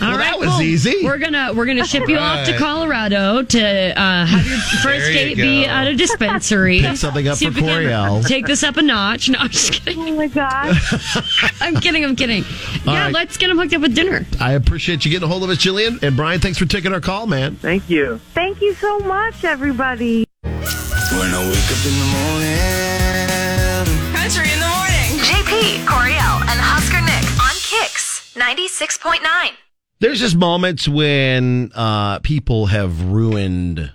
S13: Well,
S4: right,
S13: that was
S4: cool.
S13: easy.
S4: We're gonna we're gonna ship you off to
S13: Right.
S4: Colorado to uh, have your
S13: There
S4: first
S13: you
S4: date be
S13: go.
S4: at a dispensary.
S13: Pick something up
S4: See
S13: for
S4: if we can
S13: Coriel.
S4: Take this up a notch. No, I'm just kidding.
S10: Oh my gosh.
S4: I'm kidding. I'm kidding.
S13: All
S4: yeah,
S13: right.
S4: let's get him hooked up with dinner.
S13: I appreciate you getting a hold of us, Jillian. And Brian, thanks for taking our call, man.
S17: Thank you.
S10: Thank you so much, everybody.
S3: When I wake up in the morning.
S1: Country in the morning. JP, Coriel, and Husker Nick on Kicks 96.9.
S13: There's just moments when uh, people have ruined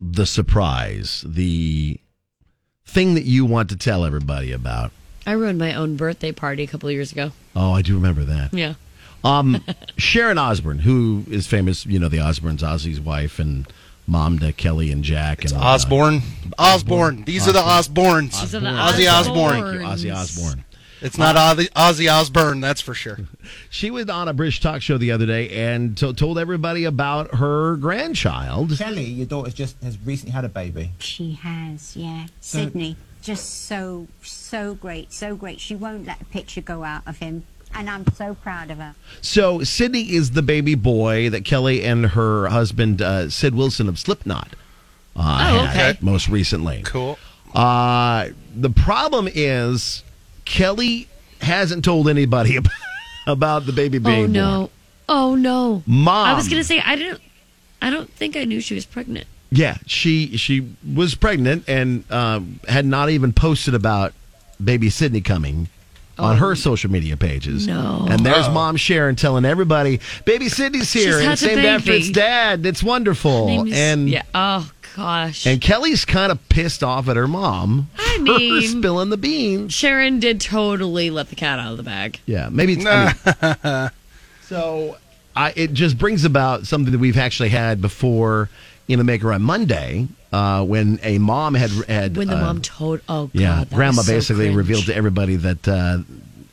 S13: the surprise, the thing that you want to tell everybody about.
S4: I ruined my own birthday party a couple of years ago.
S13: Oh, I do remember that.
S4: Yeah.
S13: Um, Sharon Osbourne, who is famous, you know, the Osbournes, Ozzy's wife, and mom to Kelly and Jack. and all that.
S12: Osborne. Osborne. These are the Osbornes.
S13: These are the
S12: Ozzy Osborne.
S13: Thank you, Ozzy Osbourne.
S12: It's not Ozzy, Ozzy Osbourne, that's for sure.
S13: She was on a British talk show the other day and to told everybody about her grandchild.
S18: Kelly, your daughter's just has recently had a baby.
S19: She has, yeah.
S18: So-
S19: Sydney, just so, so great, so great. She won't let a picture go out of him, and I'm so proud of her.
S13: So Sydney is the baby boy that Kelly and her husband uh, Sid Wilson of Slipknot uh,
S19: Oh,
S13: had
S19: okay.
S13: most recently.
S12: Cool.
S13: Uh, the problem is Kelly hasn't told anybody about, about the baby being
S4: oh no.
S13: born.
S4: Oh no.
S13: Mom.
S4: I was gonna say I didn't. I don't think I knew she was pregnant.
S13: Yeah, she she was pregnant and um, had not even posted about baby Sydney coming
S4: Oh.
S13: on her social media pages.
S4: No.
S13: And there's
S4: Oh.
S13: mom Sharon telling everybody, "Baby Sydney's
S4: She's
S13: here, and it's
S4: had a
S13: named after
S4: baby."
S13: its dad. It's wonderful."
S4: Her name is-
S13: and
S4: yeah. Oh gosh.
S13: and Kelly's kind of pissed off at her mom.
S4: I
S13: for
S4: mean,
S13: spilling the beans.
S4: Sharon did totally let the cat out of the bag.
S13: Yeah, maybe it's. I mean, so I, it just brings about something that we've actually had before in the Maker on Monday uh, when a mom had. had
S4: When the
S13: uh,
S4: mom told, oh god,
S13: yeah,
S4: that
S13: grandma
S4: was so
S13: basically
S4: cringe.
S13: revealed to everybody that uh,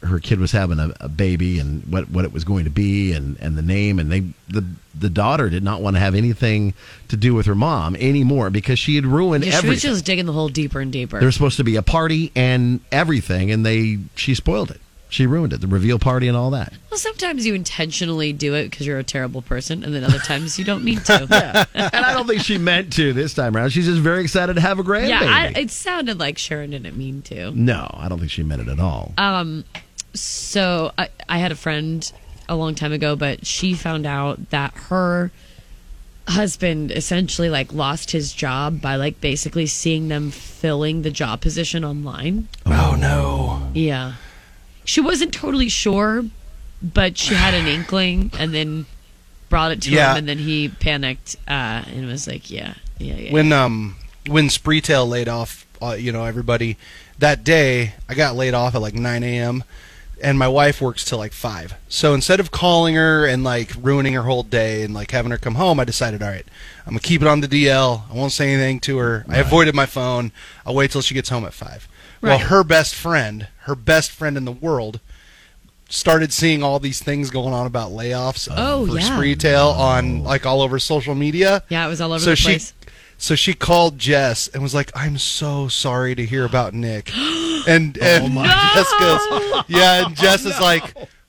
S13: her kid was having a, a baby and what, what it was going to be and, and the name and they the the daughter did not want to have anything to do with her mom anymore because she had ruined
S4: Yeah, she was
S13: everything.
S4: just digging the hole deeper and deeper.
S13: There was supposed to be a party and everything and they she spoiled it. She ruined it. The reveal party and all that.
S4: well, sometimes you intentionally do it because you're a terrible person, and then other times you don't need to. yeah,
S13: and I don't think she meant to this time around. She's just very excited to have a grandbaby.
S4: I, it sounded like Sharon didn't mean to.
S13: no, I don't think she meant it at all.
S4: Um, so I, I had a friend a long time ago, but she found out that her husband essentially like lost his job by like basically seeing them filling the job position online.
S12: Oh no.
S4: Yeah. She wasn't totally sure, but she had an inkling and then brought it to
S12: Yeah.
S4: him and then he panicked uh, and was like, yeah, yeah, yeah.
S12: when um when Spreetail laid off, uh, you know everybody that day. I got laid off at like 9 a.m. and my wife works till like five. So instead of calling her and like ruining her whole day and like having her come home, I decided, all right, I'm gonna keep it on the DL. I won't say anything to her. I avoided my phone. I'll wait till she gets home at five. Well,
S4: Right.
S12: her best friend, her best friend in the world, started seeing all these things going on about layoffs
S4: Oh,
S12: for
S4: yeah.
S12: Spreetail on like all over social media.
S4: yeah, it was all over the
S12: she,
S4: place.
S12: So she called Jess and was like, "I'm so sorry to hear about Nick."
S4: Oh
S12: And and Jess goes, "Yeah." And Jess is like,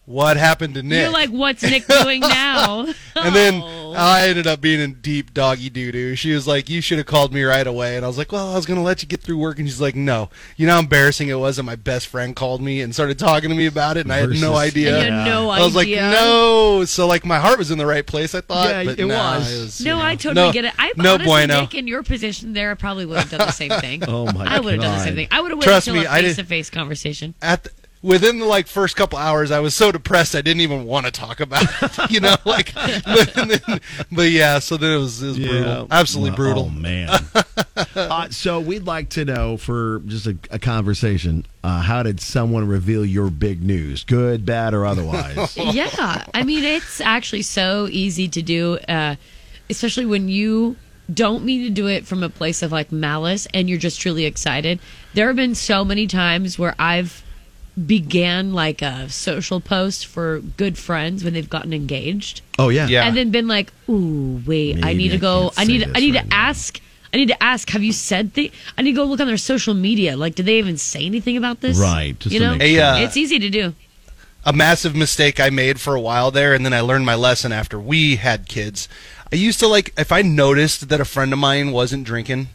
S12: "What happened to Nick?"
S4: You're like, what's Nick doing now?
S12: and then I ended up being in deep doggy doo doo. She was like, "You should have called me right away." And I was like, "Well, I was gonna let you get through work." And she's like, "No, you know how embarrassing it was that my best friend called me and started talking to me about it, and I had no
S13: Versus-
S12: idea."
S13: And you had no
S12: I was like,
S4: idea.
S12: "No." So like, my heart was in the right place. I thought,
S13: Yeah,
S12: but
S13: it
S12: nah,
S13: was.
S12: you
S4: No,
S12: know,
S4: I totally
S12: no-
S4: get it. I'm
S12: no
S4: honestly,
S12: bueno.
S4: Nick, in your position there, I probably would have done the same thing.
S12: Oh, my
S4: I would have done the
S12: God.
S4: same thing. I would have
S12: Trust
S4: waited
S12: me,
S4: until
S12: I
S4: a
S12: did-
S4: face-to-face conversation.
S12: at the, within the like first couple hours, I was so depressed I didn't even want to talk about it. You know, like, but, then- but yeah. So then it was, it was brutal, absolutely
S13: Well,
S12: brutal.
S13: Oh man. uh, so we'd like to know for just a, a conversation, uh, how did someone reveal your big news, good, bad, or otherwise?
S12: Oh.
S4: yeah, I mean, it's actually so easy to do, uh, especially when you don't mean to do it from a place of like malice and you're just truly excited. There have been so many times where I've began like a social post for good friends when they've gotten engaged.
S13: Oh, yeah. Yeah.
S4: And then been like, "Ooh, wait, I
S13: Maybe
S4: need to
S13: I
S4: go.
S13: can't
S4: I
S13: say
S4: need. I
S13: this
S4: need
S13: right
S4: to ask. I need to ask. Have you said the? I need to go look on their social media. Like, do they even say anything about this?
S12: Right, just
S4: you
S12: to
S4: know,
S12: make sure. A, uh,
S4: it's e easy to do.
S12: a massive mistake I made for a while there, and then I learned my lesson after we had kids. I used to like if I noticed that a friend of mine wasn't drinking,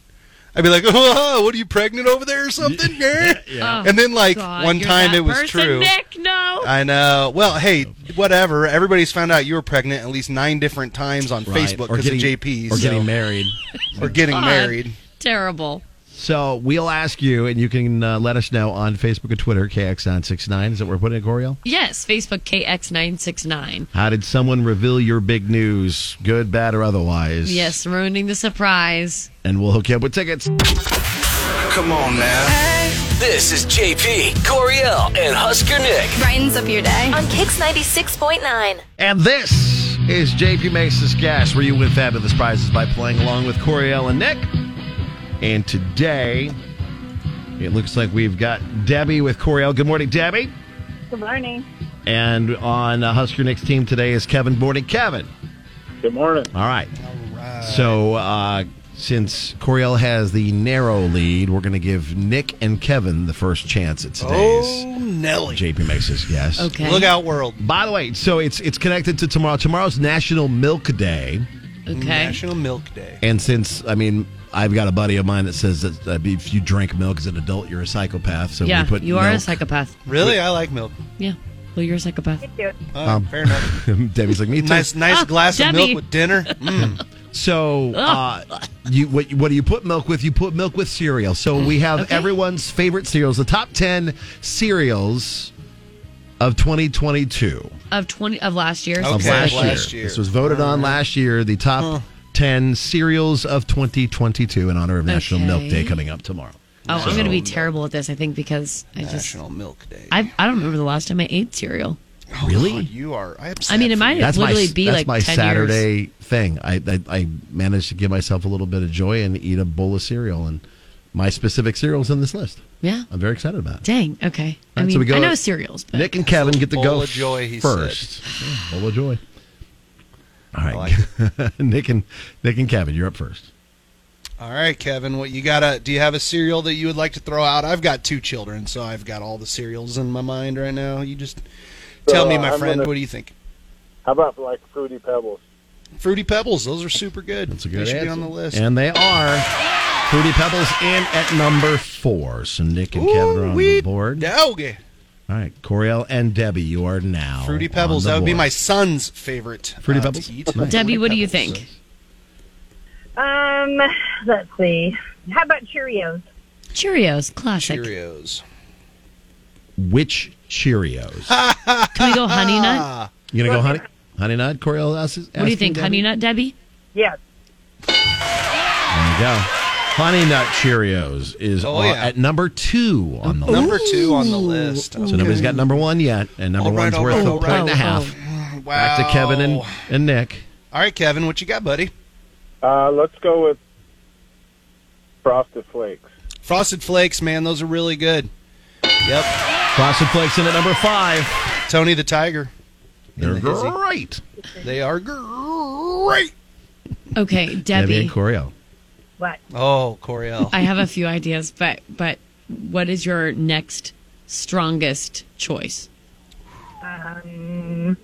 S12: I'd be like, "Oh, what are you pregnant over there or something?" Yeah,
S4: yeah.
S12: And then like
S4: God,
S12: one
S4: you're
S12: time
S4: that
S12: it was
S4: person,
S12: true.
S4: Nick, no.
S12: I know. Well, hey, whatever. Everybody's found out you were pregnant at least nine different times on
S13: Right.
S12: Facebook
S13: Or
S12: because of
S13: getting-
S12: JP.
S13: or
S12: so-
S13: getting married.
S12: or getting
S4: God,
S12: married.
S4: Terrible.
S13: So we'll ask you, and you can uh, let us know on Facebook and Twitter, KX969. Is that where we're putting it, Coriel?
S4: Yes, Facebook KX969.
S13: How did someone reveal your big news, good, bad, or otherwise?
S4: Yes, ruining the surprise.
S13: And we'll hook you up with tickets.
S3: Come on, man. This is JP, Coriel, and Husker Nick.
S1: Brightens up your day on Kix 96.9.
S13: And this is JP Mesa's Gas, where you win fabulous prizes by playing along with Coriel and Nick. And today, it looks like we've got Debbie with Coriel. Good morning, Debbie.
S10: Good morning.
S13: And on uh, Husker Nick's team today is Kevin. Morning, Kevin.
S10: Good morning.
S13: All right. So, uh, since Coriel has the narrow lead, we're going to give Nick and Kevin the first chance at today's
S12: Oh, Nelly.
S13: JP Mesa's Gas.
S12: Look out, world.
S13: By the way, so it's it's connected to tomorrow. Tomorrow's National Milk Day,
S12: National Milk Day.
S13: and since I mean I've got a buddy of mine that says that uh, if you drink milk as an adult, you're a psychopath. So
S4: yeah,
S13: we put
S4: you are a
S13: milk-
S4: psychopath.
S12: Really, I like milk. Oh,
S4: Yeah. Well, you're a psychopath.
S13: Um,
S12: fair enough.
S13: Debbie's like me too.
S12: Nice, nice
S4: Ah,
S12: glass of
S4: Debbie.
S12: milk with dinner. Mm.
S13: So, uh, you what, what do you put milk with? You put milk with cereal. So we have everyone's favorite cereals, the top ten cereals of 2022
S4: Of 20 of last year.
S13: of last, year. This was voted on last year. The top ten cereals of 2022 in honor of National Milk
S4: Okay.
S13: Day coming up tomorrow.
S4: Oh, I'm going to be
S13: So-
S4: terrible at this, I think, because I just.
S12: National Milk Day.
S4: I, I don't remember the last time I ate cereal.
S12: Oh,
S13: Really?
S12: you are. I, am
S4: I mean, it might
S13: that's
S4: literally
S13: my,
S4: be
S13: that's
S4: like
S13: my
S4: 10 years.
S13: Saturday thing. I, I I managed to give myself a little bit of joy and eat a bowl of cereal, and my specific cereals in this list.
S4: Yeah.
S13: I'm very excited about it.
S4: Dang. Okay. I
S13: All right,
S4: mean,
S13: so we go-
S4: I know cereals, but
S13: Nick and Kevin get to
S12: Bowl
S13: go
S12: of joy, he
S13: first. Yeah, bowl of joy. All right, Nick and Nick and Kevin, you're up first.
S12: All right, Kevin, what you got? A, do you have a cereal that you would like to throw out? I've got two children, so I've got all the cereals in my mind right now. You just tell
S20: So,
S12: me, my
S20: I'm
S12: friend.
S20: gonna-
S12: What do you think?
S20: How about like Fruity Pebbles?
S12: Fruity Pebbles. Those are super good.
S13: That's a
S12: they
S13: good
S12: should be
S13: answer.
S12: on the list.
S13: And they are. Fruity Pebbles in at number four. So Nick and Kevin are on the board.
S12: Doggy.
S13: All right, Coriel and Debbie, you are now.
S12: Fruity
S13: on
S12: Pebbles.
S13: the
S12: That would be
S13: board.
S12: my son's favorite.
S13: Oh, Fruity
S12: uh, to
S13: Pebbles?
S12: eat.
S13: Nice.
S4: Debbie, what do you think?
S21: Um, let's see. How about Cheerios?
S4: Cheerios, classic.
S12: Cheerios.
S13: Which Cheerios?
S4: Can we go honey nut?
S13: You gonna go honey? Honey nut? Coriel asks.
S4: What do you think, honey nut, Debbie?
S21: Yes.
S13: There you go. Honey Nut Cheerios is
S12: Oh,
S13: on-
S12: yeah.
S13: at number two on the
S12: Number
S13: list.
S12: two on the list.
S13: So nobody's got number one yet, and number
S12: All right,
S13: one's
S12: all
S13: worth
S12: right,
S13: a
S12: all
S13: point and a
S12: right.
S13: half.
S12: Oh, wow.
S13: Back to Kevin and, and Nick.
S12: All right, Kevin, what you got, buddy?
S20: Uh, let's go with Frosted Flakes.
S12: Frosted Flakes, man, those are really good. Yep.
S13: Frosted Flakes in at number five.
S12: Tony the Tiger.
S13: They're
S12: In the hizzy.
S13: great.
S12: They are great.
S4: Okay,
S13: Debbie
S4: Debbie.
S13: and Coriel.
S21: What?
S12: Oh, Coriel.
S4: I have a few ideas, but but what is your next strongest choice?
S21: Um,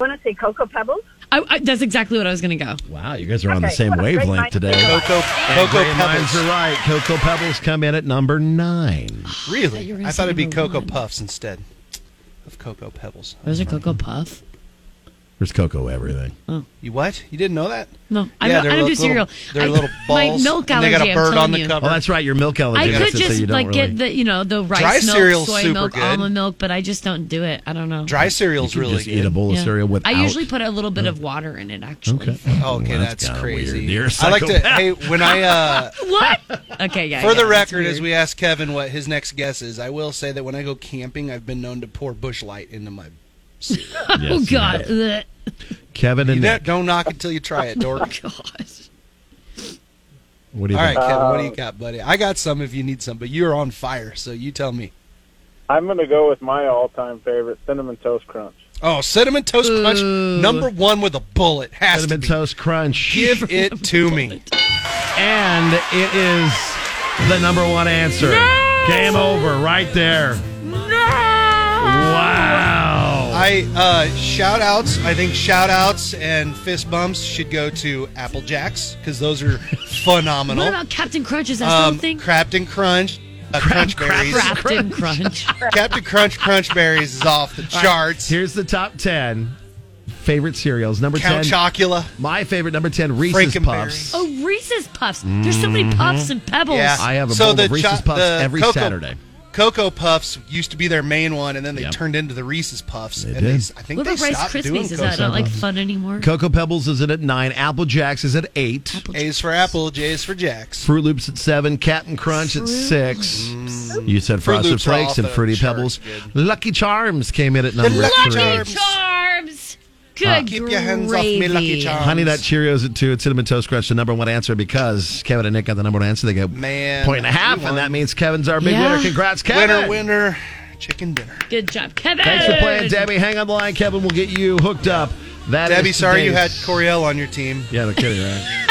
S21: want to say Cocoa Pebbles?
S4: I, I, that's exactly what I was going to go.
S13: Wow, you guys are on the
S21: Okay,
S13: same
S21: what a great
S13: wavelength
S21: mind.
S13: today.
S12: Cocoa,
S13: And
S12: Cocoa
S13: great minds
S12: Pebbles.
S13: are right. Cocoa Pebbles come in at number nine.
S12: Really?
S4: gonna
S12: I
S4: say
S12: thought it'd be
S4: number
S12: Cocoa Puffs instead of Cocoa Pebbles.
S4: Those are Cocoa Puff.
S13: There's Cocoa everything.
S12: You what? You didn't know that?
S4: No, I don't-
S12: they're
S4: I don't
S12: little-
S4: do cereal.
S12: Little, they're
S4: I-
S12: little
S4: my
S12: balls.
S4: milk
S12: and They
S4: allergy,
S12: got a
S4: I'm
S12: bird
S4: telling
S12: on the
S4: you.
S12: cover.
S13: Oh, that's right. Your milk
S4: I
S13: allergy.
S4: could
S13: so you
S4: just
S13: don't
S4: like
S13: really...
S4: get the you know the rice
S12: Dry
S4: milk,
S12: cereal's
S4: soy
S12: super
S4: milk,
S12: good.
S4: almond milk, but I just don't do it. I don't know.
S12: Dry cereal's
S13: You could
S12: really
S13: just
S12: good.
S13: eat a bowl of
S4: Yeah.
S13: cereal without.
S4: I usually put a little bit of water in it. Actually,
S13: Okay.
S12: Oh, okay,
S13: Well,
S12: that's,
S13: kinda
S12: crazy.
S13: Weird. You're a
S12: I like to.
S13: psychopath.
S12: Hey, when I uh,
S4: what? Okay, yeah.
S12: for the
S4: yeah, that's
S12: record, as
S4: weird.
S12: we ask Kevin what his next guess is, I will say that when I go camping, I've been known to pour Bush Light into my.
S4: oh
S13: Yes,
S4: god,
S13: you
S4: Ugh.
S13: have. Kevin and
S12: You
S13: Nick.
S12: don't- don't knock until you try it, dork.
S13: What do you
S12: All right,
S13: think?
S12: Kevin,
S20: Uh,
S12: what do you got, buddy? I got some if you need some, but you're on fire, so you tell me.
S20: I'm going to go with my all-time favorite, Cinnamon Toast Crunch.
S12: Oh, cinnamon toast crunch,
S13: Ooh.
S12: number one with a bullet has
S13: Cinnamon
S12: to be.
S13: Toast Crunch.
S12: Give it to me.
S13: And it is the number one answer. Game over right there. Wow.
S12: I uh, shout outs. I think shout outs and fist bumps should go to Apple Jacks because those are phenomenal.
S4: What about Captain Crunch? Is that something?
S12: Captain Um, Crunch, uh, Crunch Berries.
S4: Captain Crunch.
S12: Captain Crunch Crunch Berries is off the charts.
S13: Here's the top 10 favorite cereals. Number
S12: Count
S13: 10.
S12: Chocula.
S13: My favorite, number 10, Reese's
S12: Frankenberry.
S13: Puffs.
S4: Oh, Reese's Puffs. There's so many puffs and pebbles.
S12: Yeah.
S13: Mm-hmm. I have a
S12: So
S13: bowl
S12: the
S13: of Reese's
S12: cho-
S13: Puffs
S12: the
S13: every
S12: Cocoa-
S13: Saturday.
S12: Cocoa Puffs used to be their main one, and then they
S13: Yep.
S12: turned into the Reese's Puffs.
S13: They
S12: and They,
S13: did.
S12: s- I think
S4: What
S12: they
S4: about Rice
S12: stopped doing
S4: Krispies? Is
S12: Cocoa
S4: that not like
S12: Puffs.
S4: fun anymore?
S13: Cocoa Pebbles is in at 9. Apple Jacks is at 8.
S12: A's for Apple, J's for Jacks.
S13: Fruit Loops at 7. Captain Crunch at 6. You said
S12: Fruit
S13: Frosted
S12: Loops are
S13: Flakes
S12: off
S13: and
S12: the
S13: Fruity Pebbles. Lucky Charms came in at number 3.
S4: Charms. Good
S13: Uh,
S12: Ah, Keep your hands off me, Lucky
S4: gravy.
S12: Charms.
S13: Honey Nut Cheerios at two, and Cinnamon Toast Crunch the number one answer because Kevin and Nick got the number one answer. They get
S12: Man,
S13: point and a half,
S12: we won.
S13: and that means Kevin's our big
S4: Yeah.
S13: winner. Congrats, Kevin!
S12: Winner, winner, chicken dinner.
S4: Good job, Kevin.
S13: Thanks for playing, Debbie. Hang on the line, Kevin. We'll get you hooked up. That is
S12: Debbie, sorry you had
S13: today's-
S12: Coriel on your team.
S13: Yeah, no kidding, right?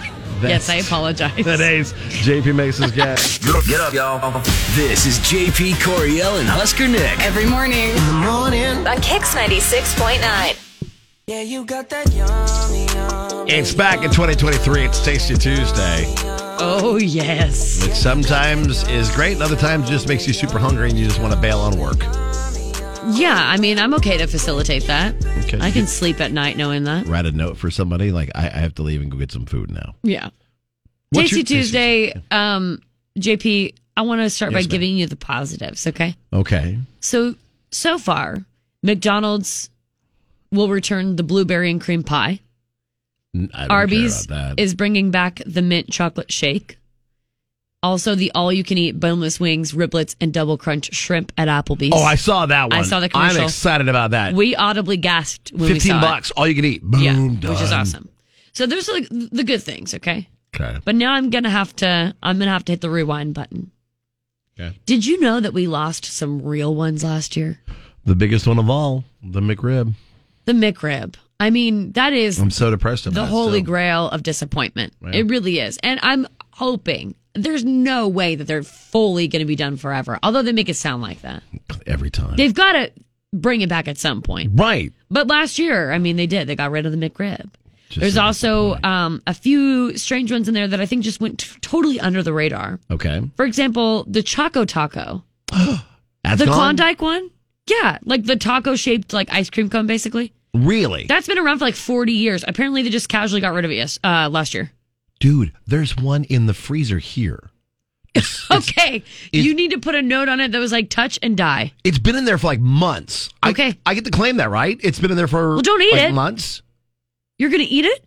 S4: Yes,
S13: That's
S4: I apologize.
S13: Today's JP Mason's guest.
S3: Get up, y'all. This is JP Coriel and Husker Nick.
S1: Every morning. In the morning. On Kix 96.9.
S22: Yeah, you got that yummy, yum.
S13: It's back in 2023. It's Tasty Tuesday,
S4: Oh yes.
S13: which sometimes is great, and other times just makes you super hungry and you just want to bail on work.
S4: Yeah, I mean, I'm okay to facilitate that.
S13: Okay.
S4: I can sleep at night knowing that.
S13: Write a note for somebody like I, I have to leave and go get some food now.
S4: Yeah.
S13: What's
S4: Tasty
S13: your-
S4: Tuesday, um, JP. I want to start by
S13: Yes, ma'am.
S4: giving you the positives. Okay.
S13: Okay.
S4: So so far, McDonald's will return the blueberry and cream pie.
S13: N- I don't
S4: Arby's
S13: care about that.
S4: is bringing back the mint chocolate shake. Also, the all-you-can-eat boneless wings, riblets, and double crunch shrimp at Applebee's.
S13: Oh, I saw that one.
S4: I saw the commercial.
S13: I'm excited about that.
S4: We audibly gasped when we saw
S13: Fifteen
S4: it.
S13: bucks, all you can eat. Boom,
S4: yeah,
S13: done.
S4: which is awesome. So there's like the good things, okay?
S13: Okay.
S4: But now I'm gonna have to I'm gonna have to hit the rewind button.
S13: Okay.
S4: Did you know that we lost some real ones last year?
S13: The biggest one of all, the McRib.
S4: The McRib. I mean, that is
S13: I'm so depressed about
S4: the
S13: it
S4: holy
S13: still.
S4: grail of disappointment.
S13: Yeah.
S4: It really is. And I'm hoping there's no way that they're fully going to be done forever, although they make it sound like that.
S13: every time.
S4: They've got to bring it back at some point.
S13: Right.
S4: But last year, I mean, they did. They got rid of the McRib. There's also um, a few strange ones in there that I think just went t- totally under uh, the radar.
S13: Okay.
S4: For example, the Choco Taco.
S13: That's
S4: the
S13: gone?
S4: Klondike one? Yeah, like the taco shaped like ice cream cone basically.
S13: Really?
S4: That's been around for like 40 years. Apparently they just casually got rid of it yes, uh, last year.
S13: Dude, there's one in the freezer here.
S4: Okay. you need to put a note on it that was like touch and die.
S13: It's been in there for like months. Okay. I, I get to claim that, right? It's been in there for
S4: Well, don't eat
S13: like,
S4: it.
S13: months.
S4: You're going to eat it?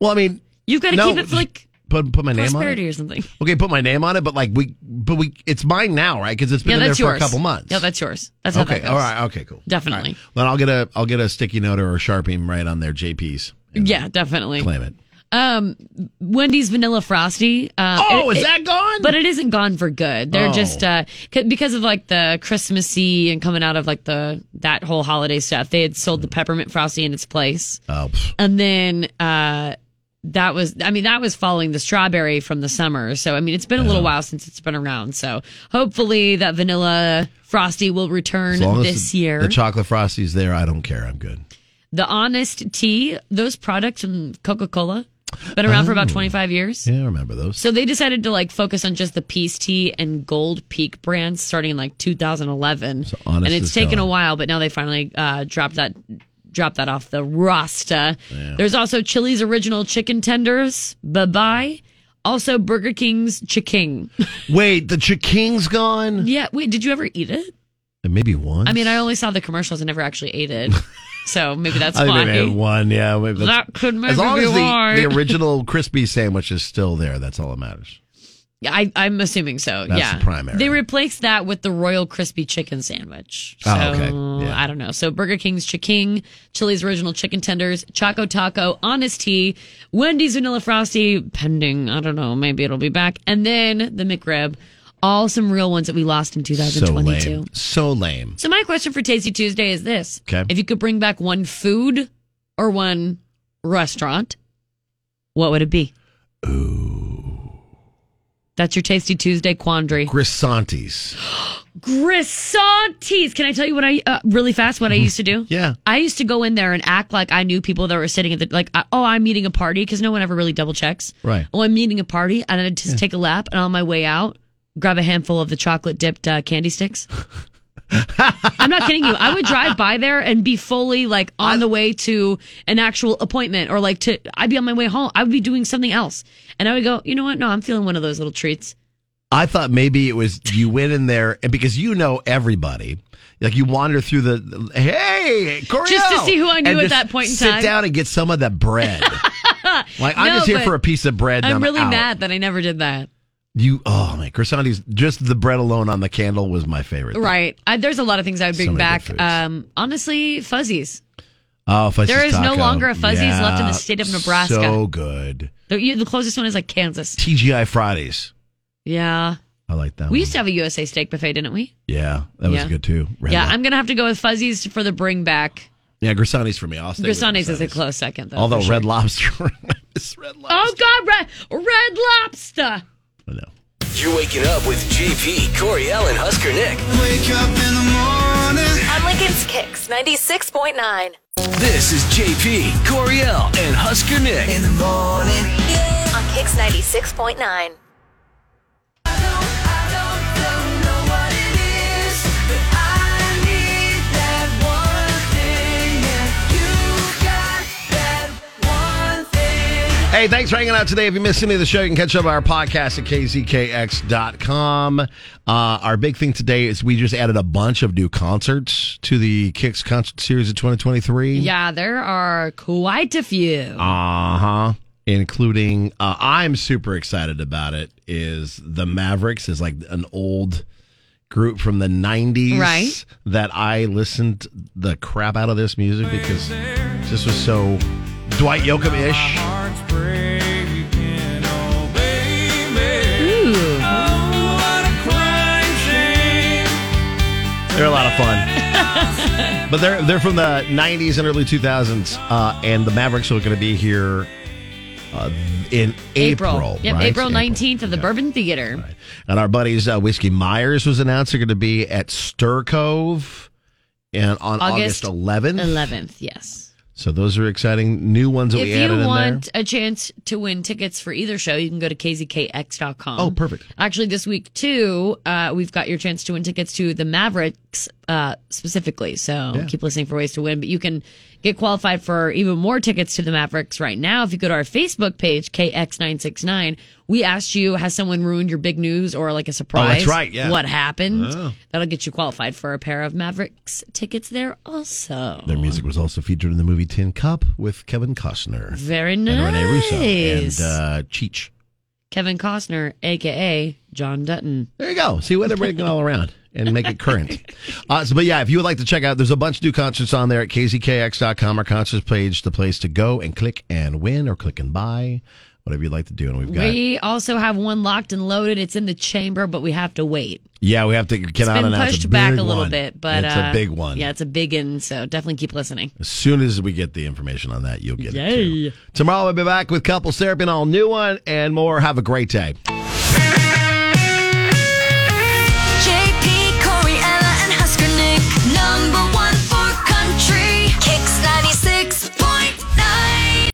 S13: Well, I mean,
S4: You've got to
S13: no,
S4: keep it for like
S13: put put my name on
S4: prosperity
S13: it.
S4: or something.
S13: Okay, put my name on it, but like we, but we, it's mine now, right? Because it's been
S4: yeah,
S13: in there
S4: that's
S13: for
S4: yours.
S13: a couple months.
S4: No, that's yours. That's how
S13: okay,
S4: that goes.
S13: all right, okay, cool.
S4: Definitely.
S13: Then I'll get a, I'll get a sticky note or a sharpie right on there, JP's.
S4: Yeah, definitely.
S13: Claim it.
S4: Um, Wendy's Vanilla Frosty. Um,
S13: Oh,
S4: is
S13: is that gone?
S4: But it isn't gone for good. They're
S13: Oh.
S4: just uh, c- because of like the Christmassy and coming out of like the that whole holiday stuff. They had sold the peppermint frosty in its place.
S13: Oh,
S4: and then uh, that was I mean that was following the strawberry from the summer. So I mean it's been a little while since it's been around. So hopefully that vanilla frosty will return
S13: As long as
S4: this
S13: the-
S4: year.
S13: the chocolate frosty's there, I don't care. I'm good.
S4: the Honest Tea, those products and Coca Cola, been around for about
S13: Oh.
S4: twenty five years.
S13: Yeah, I remember those.
S4: So they decided to like focus on just the Peace Tea and Gold Peak brands starting in like 2011,
S13: honest
S4: and it's
S13: is
S4: taken a
S13: going.
S4: while, but now they finally uh, dropped that dropped that off the Rasta.
S13: Yeah.
S4: There's also Chili's original chicken tenders. Bye bye. Also Burger King's chicken.
S13: Wait, the Chiking's gone.
S4: yeah. Wait, did you ever eat it?
S13: And maybe one.
S4: I mean, I only saw the commercials and never actually ate it, so maybe that's
S13: I
S4: why.
S13: think maybe one. Yeah, maybe that's-
S4: That could maybe
S13: as long
S4: be
S13: as the,
S4: why.
S13: the original crispy sandwich is still there. That's all that matters.
S4: Yeah, I, I'm assuming so.
S13: That's
S4: yeah,
S13: the primary.
S4: They replaced that with the Royal Crispy Chicken Sandwich. So,
S13: Oh, okay. Yeah.
S4: I don't know. So Burger King's Chiking, Chili's Original Chicken Tenders, Choco Taco, Honest Tea, Wendy's Vanilla Frosty, pending. I don't know. Maybe it'll be back. And then the McRib. All some real ones that we lost in
S13: So
S4: 2022.
S13: lame. So lame.
S4: So my question for Tasty Tuesday is this:
S13: Okay.
S4: If you could bring back one food or one restaurant, what would it be? That's your Tasty Tuesday quandary.
S13: Grisantes.
S4: Grisantes. Can I tell you what I uh, really fast? What I used to do?
S13: Mm-hmm. Yeah.
S4: I used to go in there and act like I knew people that were sitting at the like. I- Oh, I'm meeting a party because no one ever really double checks.
S13: Right.
S4: Oh, I'm meeting a party, and I'd just take a lap, and on my way out, grab a handful of the chocolate dipped uh, candy sticks. I'm not kidding you. I would drive by there and be fully like on the way to an actual appointment or like to, I'd be on my way home. I would be doing something else. And I would go, you know what? No, I'm feeling one of those little treats.
S13: I thought maybe it was you went in there and because you know everybody, like you wander through the hey Coriel,
S4: Just to see who I knew
S13: and
S4: at
S13: just
S4: that point in time.
S13: Sit down and get some of that bread. like I'm
S4: No,
S13: just here
S4: but
S13: for a piece of bread. and
S4: I'm really
S13: out.
S4: mad that I never did that.
S13: You oh man, croissantes. Just the bread alone on the candle was my favorite. thing.
S4: Right. I, there's a lot of things I would
S13: So
S4: bring
S13: many good
S4: back.
S13: foods.
S4: Um, honestly, fuzzies.
S13: Oh, fuzzies
S4: There is no
S13: taco.
S4: longer a Fuzzies left in the state of Nebraska.
S13: So good.
S4: The, you- the closest one is like Kansas.
S13: TGI Fridays.
S4: Yeah.
S13: I like that.
S4: We
S13: one.
S4: used to have a USA steak buffet, didn't we?
S13: Yeah, that was
S4: Yeah.
S13: good too. Red
S4: yeah.
S13: Lobster.
S4: I'm going to have to go with fuzzies for the bring back.
S13: yeah, Grisantes for me. I'll stay with
S4: Grisantes is a close second, though.
S13: Although
S4: for sure.
S13: Red Lobster.
S4: Oh God, red, red lobster.
S3: You're waking up with JP, Coriel, and Husker Nick.
S12: Wake up in the morning.
S1: On Lincoln's Kicks 96.9.
S3: This is JP, Coriel, and Husker Nick. In the morning.
S1: On Kicks 96.9.
S13: Hey, thanks for hanging out today. If you missed any of the show, you can catch up on our podcast at kzkx.com. Uh, our big thing today is we just added a bunch of new concerts to the Kicks concert series of 2023.
S4: Yeah, there are quite a few.
S13: Uh huh. Including, uh, I'm super excited about it. Is the Mavericks is like an old group from the 90s,
S4: Right.
S13: That I listened the crap out of this music because this was so Dwight Yoakam ish.
S7: oh,
S13: They're a lot of fun. but they're they're from the 90s and early 2000s, uh, and the Mavericks are going to be here uh, in April.
S4: Yep,
S13: right?
S4: April 19th at the Bourbon Theater.
S13: And our buddies uh, Whiskey Myers was announced they're going to be at Stir Cove and on August,
S4: August 11th,
S13: 11th.
S4: yes.
S13: So those are exciting new ones that
S4: If
S13: we added
S4: you
S13: in
S4: want a chance to win tickets for either show, you can go to kzkx.com.
S13: Oh, perfect.
S4: Actually, this week, too, uh, we've got your chance to win tickets to the Mavericks uh, specifically. So keep listening for ways to win. But you can get qualified for even more tickets to the Mavericks right now. If you go to our Facebook page, KX969, we asked you, has someone ruined your big news or like a surprise?
S13: Oh, right, yeah.
S4: What happened?
S13: Oh.
S4: That'll get you qualified for a pair of Mavericks tickets there also.
S13: there. Their music was also featured in the movie Tin Cup with Kevin Costner.
S4: Very
S13: And Rene Russo
S4: nice.
S13: and uh, Cheech.
S4: Kevin Costner, aka John Dutton.
S13: There you go. See what they're bringing all around and make it current. Uh, so, but yeah, if you would like to check out, there's a bunch of new concerts on there at kzkx.com, our concerts page, the place to go and click and win or click and buy, whatever you'd like to do. And we've got,
S4: We also have one locked and loaded. It's in the chamber, but we have to wait.
S13: yeah, we have to get
S4: It's
S13: out
S4: been
S13: and announce
S4: pushed
S13: a
S4: back
S13: big
S4: a little
S13: one.
S4: bit, but
S13: it's
S4: uh,
S13: a big one.
S4: Yeah, it's a big one. So definitely keep listening.
S13: As soon as we get the information on that, you'll get it. Too. Tomorrow we'll be back with couples therapy and all new one and more. Have a great day.